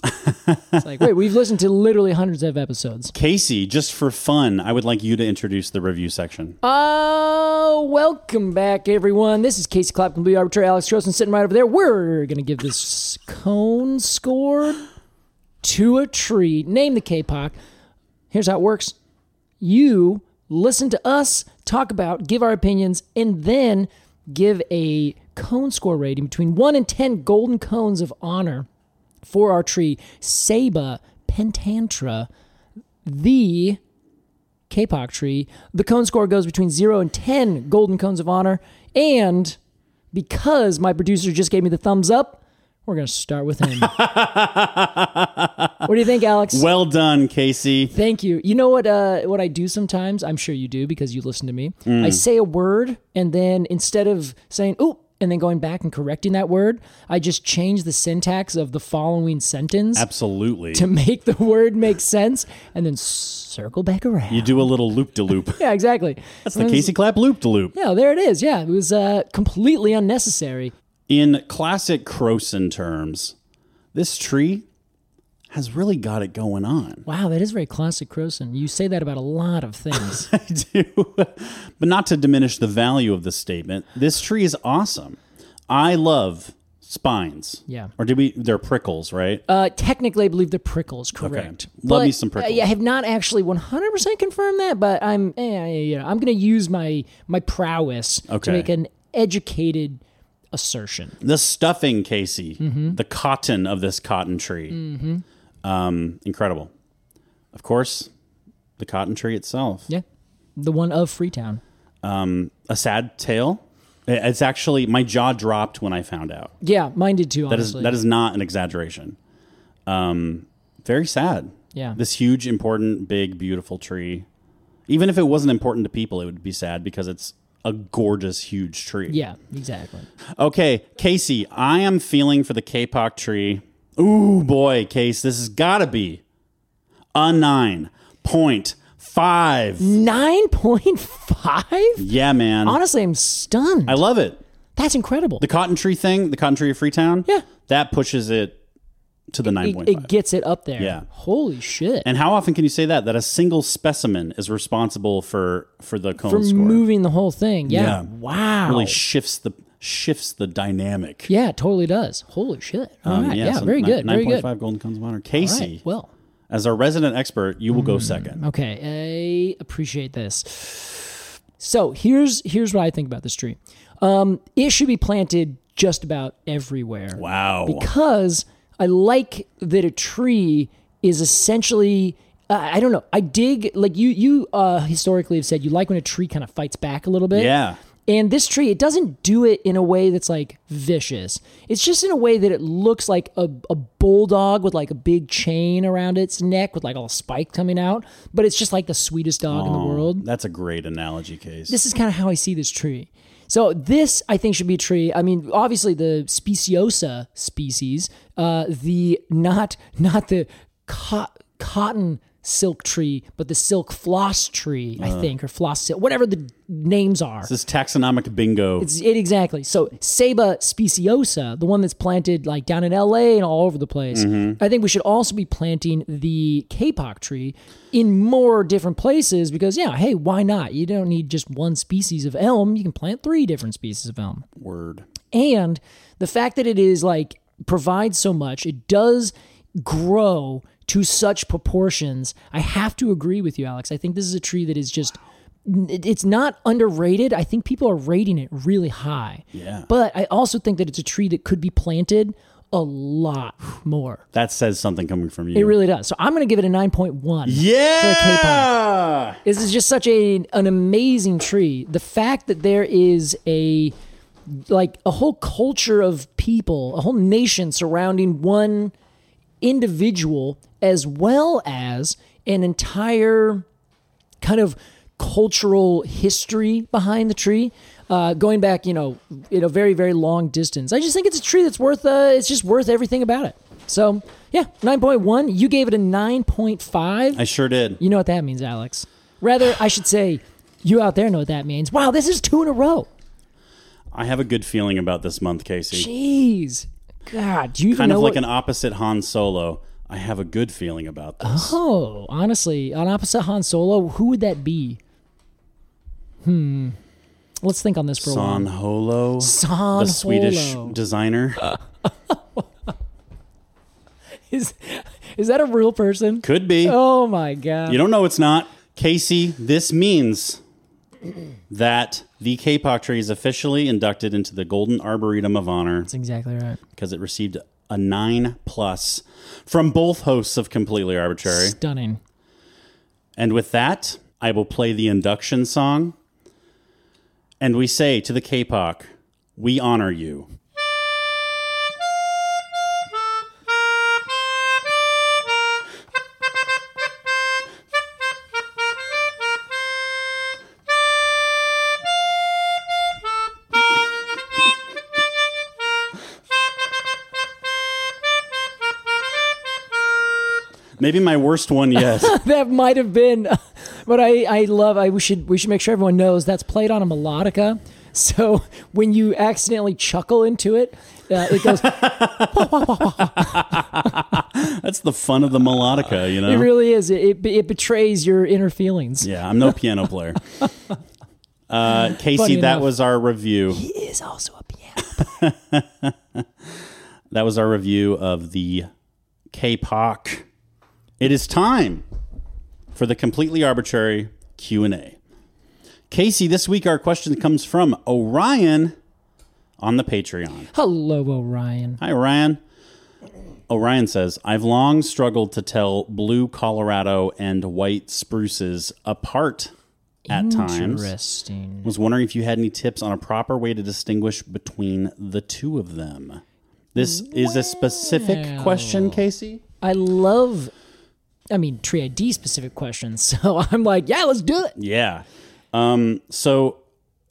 it's like, wait, we've listened to literally hundreds of episodes.
Casey, just for fun, I would like you to introduce the review section.
Oh, welcome back, everyone. This is Casey Clapp, Completely Arbitrary. Alex Grossman sitting right over there. We're going to give this cone score to a tree. Name the K-Poc. Here's how it works. You listen to us talk about, give our opinions, and then give a cone score rating between 1 and 10 golden cones of honor for our tree, Saba pentantra, the K-Poc tree. The cone score goes between 0 and 10 golden cones of honor. And because my producer just gave me the thumbs up, we're going to start with him. what do you think, Alex?
Well done, Casey.
Thank you. You know what? Uh, what I do sometimes, I'm sure you do because you listen to me.
Mm.
I say a word, and then instead of saying "oop" and then going back and correcting that word, I just change the syntax of the following sentence
Absolutely.
to make the word make sense, and then circle back around.
You do a little loop de loop.
yeah, exactly.
That's the Casey Clap loop de loop.
Yeah, there it is. Yeah, it was uh, completely unnecessary.
In classic Croson terms, this tree has really got it going on.
Wow, that is very classic Croson. You say that about a lot of things.
I do. but not to diminish the value of this statement, this tree is awesome. I love spines.
Yeah.
Or did we? They're prickles, right?
Uh, technically, I believe the prickles, correct.
Love me
But,
some
uh,
prickles.
yeah, I have not actually 100% confirmed that, but I'm, eh, eh, you know, I'm going to use my my prowess
Okay.
to make an educated assertion.
the stuffing, Casey,
Mm-hmm.
the cotton of this cotton tree. Um, incredible. Of course, the cotton tree itself.
Yeah, the one of Freetown.
Um, a sad tale. It- It's actually, my jaw dropped when I found out.
Yeah, mine did too.
That is
Honestly,
that is not an exaggeration. Um, very sad.
Yeah.
This huge, important, big, beautiful tree. Even if it wasn't important to people, it would be sad because it's a gorgeous, huge tree.
Yeah, exactly.
Okay, Casey, I am feeling for the K-pop tree. Ooh boy, Case, this has got to be a nine point five.
Nine point five.
Yeah, man.
Honestly, I'm stunned.
I love it.
That's incredible.
The cotton tree thing, the cotton tree of Freetown.
Yeah.
that pushes it to the nine
it,
point
it
five.
gets it up there.
Yeah.
Holy shit.
And how often can you say that that a single specimen is responsible for for the cone
for
score?
moving the whole thing.
Yeah.
Yeah. Wow.
Really shifts the shifts the dynamic. Um,
Yeah, it totally does. Holy shit. All right. yeah,
so
very
ni-
good. Very good.
9.5 golden cones of honor.
All
Casey,
right. Hmm. Well,
as our resident expert, you will go second.
okay. I appreciate this. So here's here's what I think about this tree. Um, it should be planted just about everywhere.
Wow.
Because I like that a tree is essentially. Uh, I don't know. I dig like you. You uh, historically have said you like when a tree kind of fights back a little bit.
yeah.
And this tree, it doesn't do it in a way that's like vicious. It's just in a way that it looks like a, a bulldog with like a big chain around its neck with like all spike coming out. But it's just like the sweetest dog in the world.
That's a great analogy, Case.
This is kind of how I see this tree. So this, I think, should be a tree. I mean, obviously the speciosa species, uh, the not not the co- cotton silk tree, but the silk floss tree, I think, or floss silk, whatever the names are.
this is taxonomic bingo.
It's it exactly. So Saba speciosa, the one that's planted like down in LA and all over the place. I think we should also be planting the Kapok tree in more different places because yeah, hey, why not? You don't need just one species of elm. You can plant three different species of elm
Word.
and the fact that it is like provides so much it does grow to such proportions i have to agree with you alex i think this is a tree that is just it- it's not underrated i think people are rating it really high
Yeah.
but i also think that it's a tree that could be planted a lot more
That says something coming from you.
it really does so i'm gonna give it a 9.1 for the K-pop.
yeah.
This is just such a an amazing tree. The fact that there is a like a whole culture of people, a whole nation surrounding one individual as well as an entire kind of cultural history behind the tree, uh, going back, you know, in a very, very long distance. I just think it's a tree that's worth, uh, it's just worth everything about it. So, yeah, 9.1. You gave it a 9.5.
I sure did.
You know what that means, Alex. Rather, I should say, you out there know what that means. Wow, this is two in a row.
I have a good feeling about this month, Casey.
Jeez. God, do you even
kind
know
of like an
what-
opposite Han Solo. I have a good feeling about this.
Oh, honestly, on opposite Han Solo, who would that be? Hmm. Let's think on this for a
San
while.
Holo,
San
the Swedish
Holo. Uh,
designer,
Is is that a real person?
could be.
Oh my god.
You don't know it's not. Casey, this means that the K-pop tree is officially inducted into the Golden Arboretum of Honor
That's exactly right.
because it received a 9 plus from both hosts of Completely Arbitrary.
Stunning.
And with that, I will play the induction song. And we say to the K-pop, we honor you. Maybe my worst one yet.
That might have been but I, I love I we should we should make sure everyone knows that's played on a melodica. So when you accidentally chuckle into it, uh, it goes
That's the fun of the melodica, you know?
it really is. It, it it betrays your inner feelings.
yeah, I'm no piano player. Uh, Casey,
Funny
that
enough.
was our review.
He is also a piano.
That was our review of the K-pop. It is time for the completely arbitrary Q&A. Casey, this week our question comes from Orion on the Patreon.
Hello, Orion.
Hi, Orion. Orion says, I've long struggled to tell blue Colorado and white spruces apart at times.
Interesting.
was wondering if you had any tips on a proper way to distinguish between the two of them. This is a specific question, Casey.
I love, I mean, tree ID specific questions. So I'm like, yeah, let's do it.
Yeah. Um, so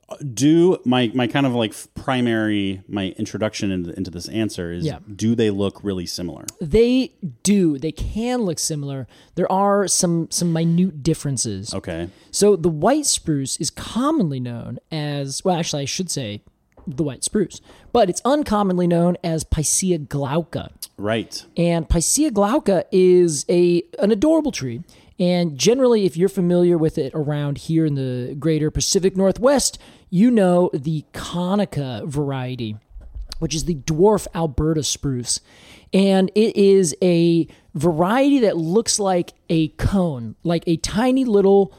uh, do my my kind of like primary my introduction into, into this answer is
Yeah.
do they look really similar?
They do. They can look similar. There are some some minute differences.
Okay.
So the white spruce is commonly known as well. Actually, I should say the white spruce, but it's uncommonly known as Picea glauca.
Right.
And Picea glauca is a an adorable tree. And generally, if you're familiar with it around here in the greater Pacific Northwest, you know the Conica variety, which is the dwarf Alberta spruce. And it is a variety that looks like a cone, like a tiny little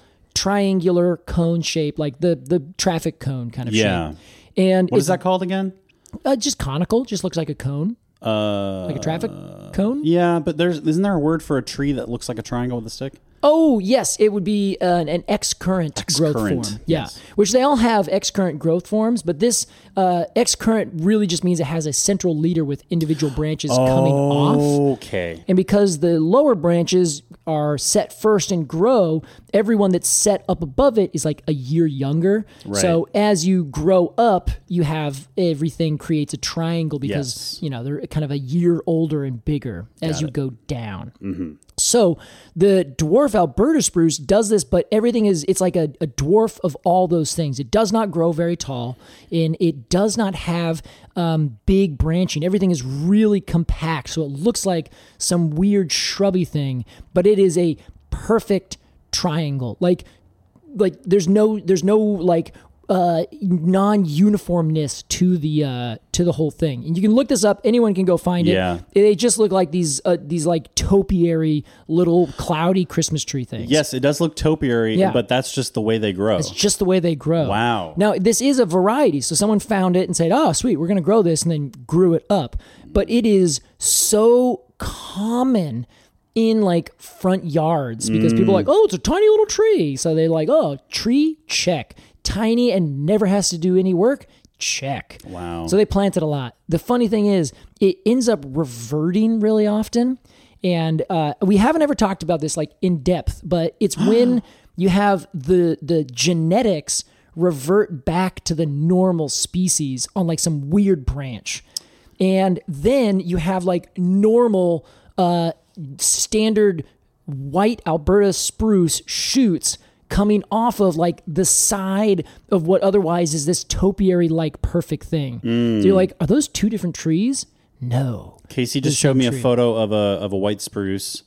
triangular cone shape, like the, the traffic cone kind of
Yeah.
shape. And
What is
it's,
that called again?
Uh, just conical, just looks like a cone,
Uh
like a traffic cone.
yeah, but there's isn't there a word for a tree that looks like a triangle with a stick?
Oh yes, it would be an, an X current growth
Excurrent,
form. Yeah,
yes.
which they all have X current growth forms, but this uh, X current really just means it has a central leader with individual branches coming off.
Okay.
And because the lower branches are set first and grow, everyone that's set up above it is like a year younger. So as you grow up, you have everything creates a triangle because
Yes.
you know they're kind of a year older and bigger as you go down. So the dwarf Alberta spruce does this, but everything is it's like a, a dwarf of all those things. It does not grow very tall, and it does not have um, big branching. Everything is really compact, so it looks like some weird shrubby thing, but it is a perfect triangle. Like like there's no there's no like uh non-uniformness to the uh to the whole thing and you can look this up anyone can go find
Yeah.
it they just look like these uh, these like topiary little cloudy christmas tree things
Yes, it does look topiary,
Yeah.
but that's just the way they grow.
it's just the way they grow
Wow.
now this is a variety so someone found it and said oh sweet we're gonna grow this and then grew it up but it is so common in like front yards because people are
Mm.
like oh it's a tiny little tree so they like oh tree check tiny and never has to do any work check
Wow.
so they planted a lot. The funny thing is, it ends up reverting really often. and uh, we haven't ever talked about this like in depth, but it's when you have the the genetics revert back to the normal species on like some weird branch, and then you have like normal uh, standard white Alberta spruce shoots coming off of like the side of what otherwise is this topiary like perfect thing. So you're like, are those two different trees? No.
Casey just showed me a photo of a of a white spruce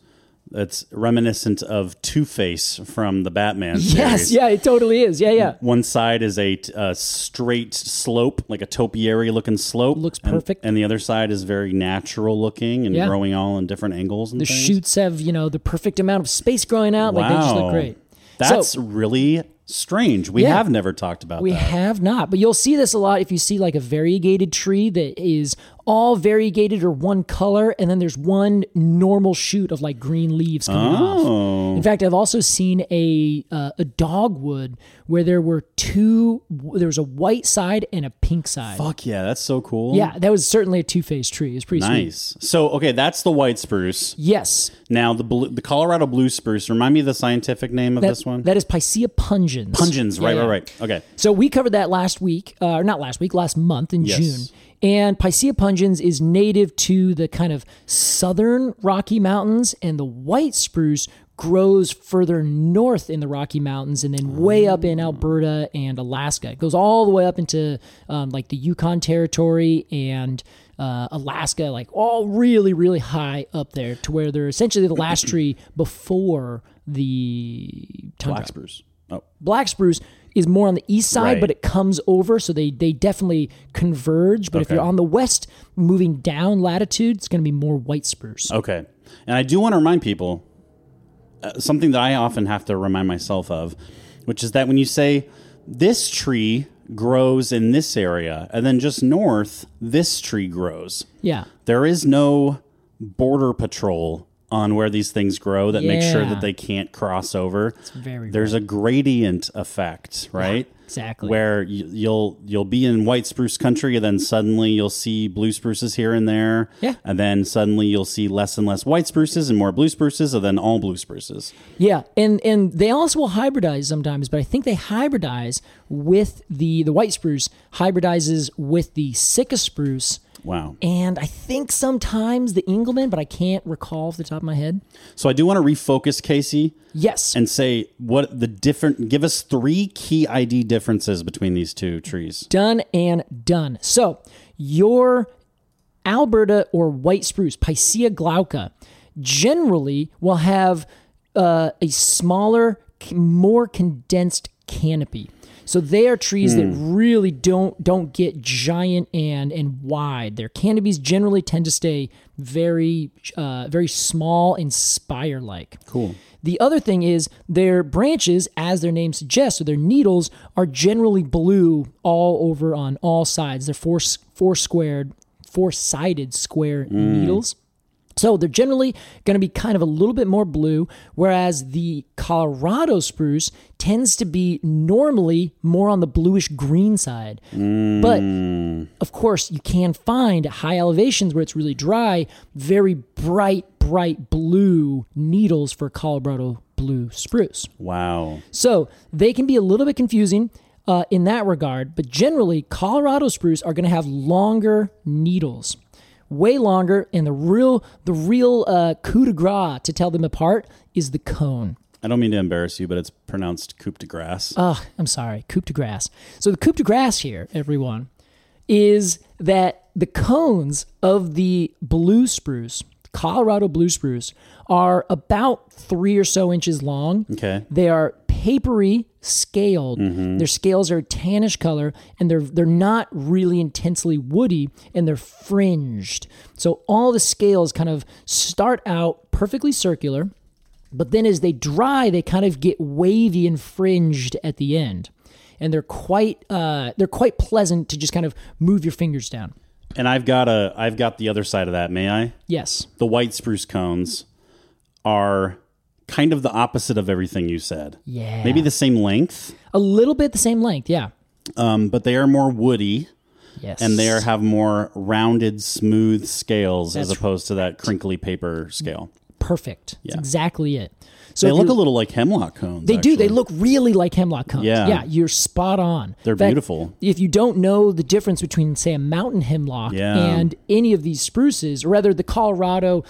that's reminiscent of Two Face from the Batman
Yes,
series.
yeah, it totally is. Yeah, yeah.
One side is a, t- a straight slope, like a topiary looking slope.
Looks
and-
perfect.
And, the other side is very natural looking and
Yeah.
growing all in different angles and
The
things.
shoots have, you know, the perfect amount of space growing out.
wow.
Like they just look great.
That's
So-
really strange. We
Yeah.
have never talked about
We
that.
have not, but you'll see this a lot if you see like a variegated tree that is all variegated or one color, and then there's one normal shoot of like green leaves coming
Oh,
off. In fact, I've also seen a uh, a dogwood where there were two. There was a white side and a pink side.
Fuck yeah, that's so cool.
Yeah, that was certainly a two faced tree. It's pretty sweet.
Nice. So okay, that's the white spruce.
Yes,
Now the blue, the Colorado blue spruce. Remind me of the scientific name of
that,
this one.
that is Picea pungens.
Pungens.
Yeah,
Right,
yeah.
right, right. Okay.
So we covered that last week, uh, or not last week, last month in
Yes.
June. And Picea pungens is native to the kind of southern Rocky Mountains, and the white spruce grows further north in the Rocky Mountains, and then way up
Ah.
in Alberta and Alaska. It goes all the way up into um, like the Yukon Territory and uh, Alaska, like all really, really high up there, to where they're essentially the last tree before the tundra
Black spruce. Oh,
black spruce is more on the east side,
Right.
but it comes over, so they they definitely converge. But if
Okay.
you're on the west, moving down latitude, it's going to be more white spruce.
okay. And I do want to remind people uh, something that I often have to remind myself of, which is that when you say this tree grows in this area, and then just north, this tree grows.
Yeah,
There is no border patrol on where these things grow that makes sure
Yeah.
that they can't cross over.
very
There's a gradient effect, right?
exactly.
Where you, you'll you'll be in white spruce country, and then suddenly you'll see blue spruces here and there.
Yeah.
And then suddenly you'll see less and less white spruces and more blue spruces, and then all blue spruces.
yeah, and and they also will hybridize sometimes, but I think they hybridize with the the white spruce hybridizes with the Sitka spruce.
Wow.
And I think sometimes the Engelmann, but I can't recall off the top of my head.
So I do want to refocus Casey
Yes.
and say what the different. Give us three key ID differences between these two trees.
Done and done. So your Alberta or white spruce, Picea glauca, generally will have uh, a smaller, c- more condensed canopy. So they are trees that really don't don't get giant and and wide. Their canopies generally tend to stay very uh, very small and spire like. Cool. The other thing is their branches, as their name suggests, or their needles are generally blue all over on all sides. They're four s- four squared, four sided square needles. So they're generally going to be kind of a little bit more blue, whereas the Colorado spruce tends to be normally more on the bluish green side. But of course, you can find at high elevations where it's really dry, very bright, bright blue needles for Colorado blue spruce.
Wow.
So they can be a little bit confusing uh, in that regard, but generally, Colorado spruce are going to have longer needles, way longer. And the real, the real uh, coup de grace to tell them apart is the cone.
I don't mean to embarrass you, but it's pronounced coupe de grass.
Ugh, I'm sorry, coup de grace. So the coup de grace here, everyone, is that the cones of the blue spruce, Colorado blue spruce, are about three or so inches long.
okay.
They are papery scaled. Their scales are a tannish color and they're they're not really intensely woody and they're fringed. So all the scales kind of start out perfectly circular, but then as they dry, they kind of get wavy and fringed at the end. And they're quite uh, they're quite pleasant to just kind of move your fingers down.
And I've got a I've got the other side of that, may I?
Yes.
The white spruce cones are kind of the opposite of everything you said.
Yeah.
Maybe the same length,
a little bit the same length, yeah.
um, but they are more woody
Yes.
and they are, have more rounded, smooth scales as
That's
opposed to that crinkly paper scale.
perfect. It's
Yeah.
exactly it. So
they
if
look a
you're-
little like hemlock cones.
They do. They
actually.
look really like hemlock cones.
Yeah.
yeah, you're spot on.
They're
In fact,
beautiful.
If you don't know the difference between, say, a mountain hemlock
Yeah.
and any of these spruces, or rather the Colorado,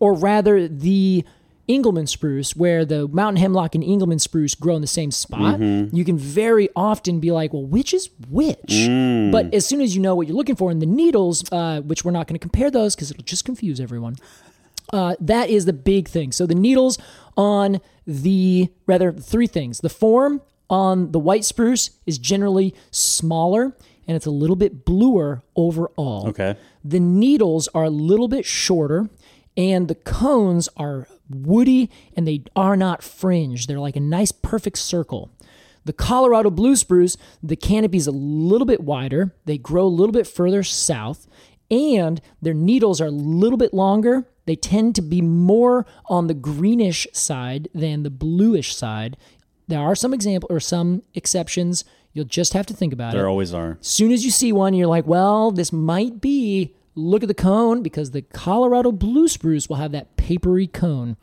or rather the Engelmann spruce, where the mountain hemlock and Engelmann spruce grow in the same spot,
Mm-hmm.
you can very often be like, well, which is which?
Mm.
But as soon as you know what you're looking for in the needles, uh, which we're not going to compare those because it'll just confuse everyone that is the big thing. So the needles on the rather three things. The form on the white spruce is generally smaller and it's a little bit bluer overall.
Okay.
The needles are a little bit shorter and the cones are woody and they are not fringed. They're like a nice perfect circle. The Colorado blue spruce, the canopy's a little bit wider. They grow a little bit further south and their needles are a little bit longer. They tend to be more on the greenish side than the bluish side. There are some example or some exceptions. You'll just have to think about it
There always are.
soon as you see one, you're like, well, this might be. Look at the cone because the Colorado blue spruce will have that papery cone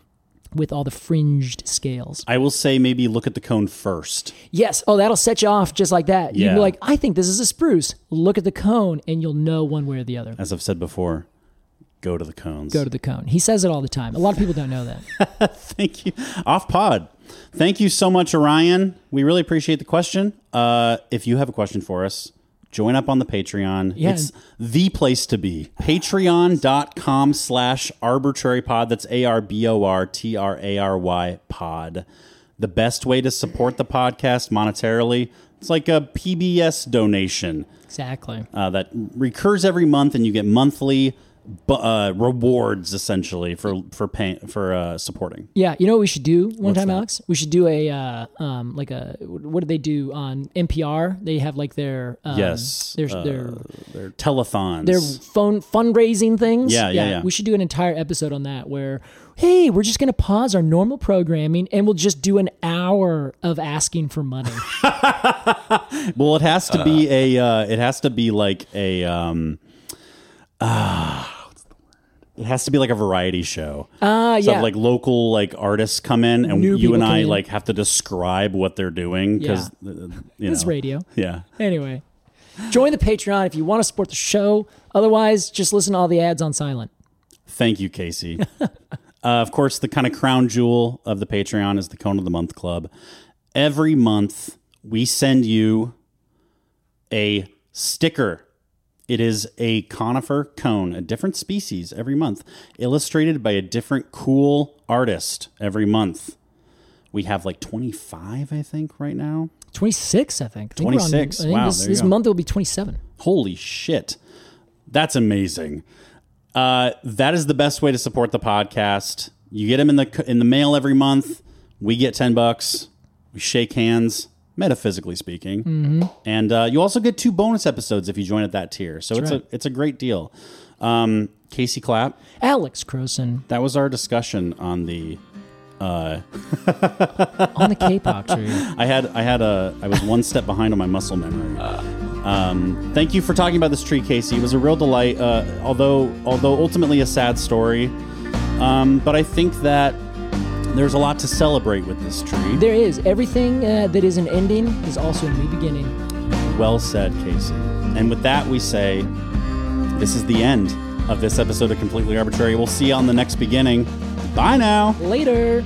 with all the fringed scales.
I will say maybe look at the cone first.
Yes. Oh, that'll set you off just like that. You'd
Yeah.
be like, I think this is a spruce. Look at the cone and you'll know one way or the other.
As I've said before, go to the cones.
Go to the cone. He says it all the time. A lot of people don't know that.
Thank you. Off pod. Thank you so much, Orion. We really appreciate the question. Uh, if you have a question for us, join up on the Patreon.
Yeah.
It's the place to be. Patreon.com slash arbitrary pod. That's A R B O R T R A R Y pod. The best way to support the podcast monetarily. It's like a PBS donation
Exactly.
uh, that recurs every month, and you get monthly bu- uh, rewards essentially for for pay- for uh, supporting.
Yeah, you know what we should do one time,
that?
Alex? We should do a uh, um, like a what do they do on NPR? They have like their um,
yes,
their,
uh,
their
their telethons.
their phone fundraising things.
Yeah, yeah, yeah.
We should do an entire episode on that where, hey, we're just going to pause our normal programming and we'll just do an hour of asking for money.
well, it has to be a. Uh, it has to be like a. Um, ah, what's the word? It has to be like a variety show.
Ah,
So
yeah.
like local like artists come in and
New
you
people
and
come
I
in.
like have to describe what they're doing because
This is radio.
Yeah.
Anyway, join the Patreon if you want to support the show. Otherwise, just listen to all the ads on silent.
Thank you, Casey. uh, of course, the kind of crown jewel of the Patreon is the Cone of the Month Club. Every month, we send you a sticker. It is a conifer cone, a different species every month, illustrated by a different cool artist every month. We have like 25, I think, right now.
26, I think. I think we're on-
26.
I think
Wow,
This,
there you
this
go.
month will be 27.
Holy shit. That's amazing. Uh, that is the best way to support the podcast. You get them in the in the mail every month. We get 10 bucks. We shake hands, metaphysically speaking. And uh, you also get two bonus episodes if you join at that tier. So it's a it's a great deal. Um, Casey Clapp,
Alex Croson
that was our discussion on the uh,
on the K-Boxer.
I had I had a I was one step behind on my muscle memory. Um, thank you for talking about this tree, Casey. It was a real delight. Uh, although although ultimately a sad story, um, but I think that there's a lot to celebrate with this tree.
There is. Everything uh, that is an ending is also a new beginning.
Well said, Casey. And with that, we say this is the end of this episode of Completely Arbitrary. We'll see you on the next beginning. Bye now.
Later.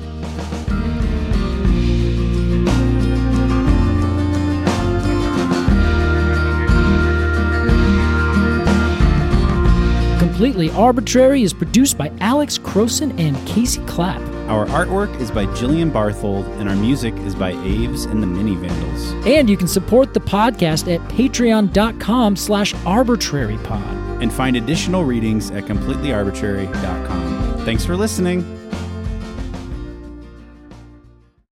Completely Arbitrary is produced by Alex Croson and Casey Clapp.
Our artwork is by Jillian Barthold, and our music is by Aves and the Mini Vandals.
And you can support the podcast at patreon.com slash arbitrarypod.
and find additional readings at completelyarbitrary.com. Thanks for listening.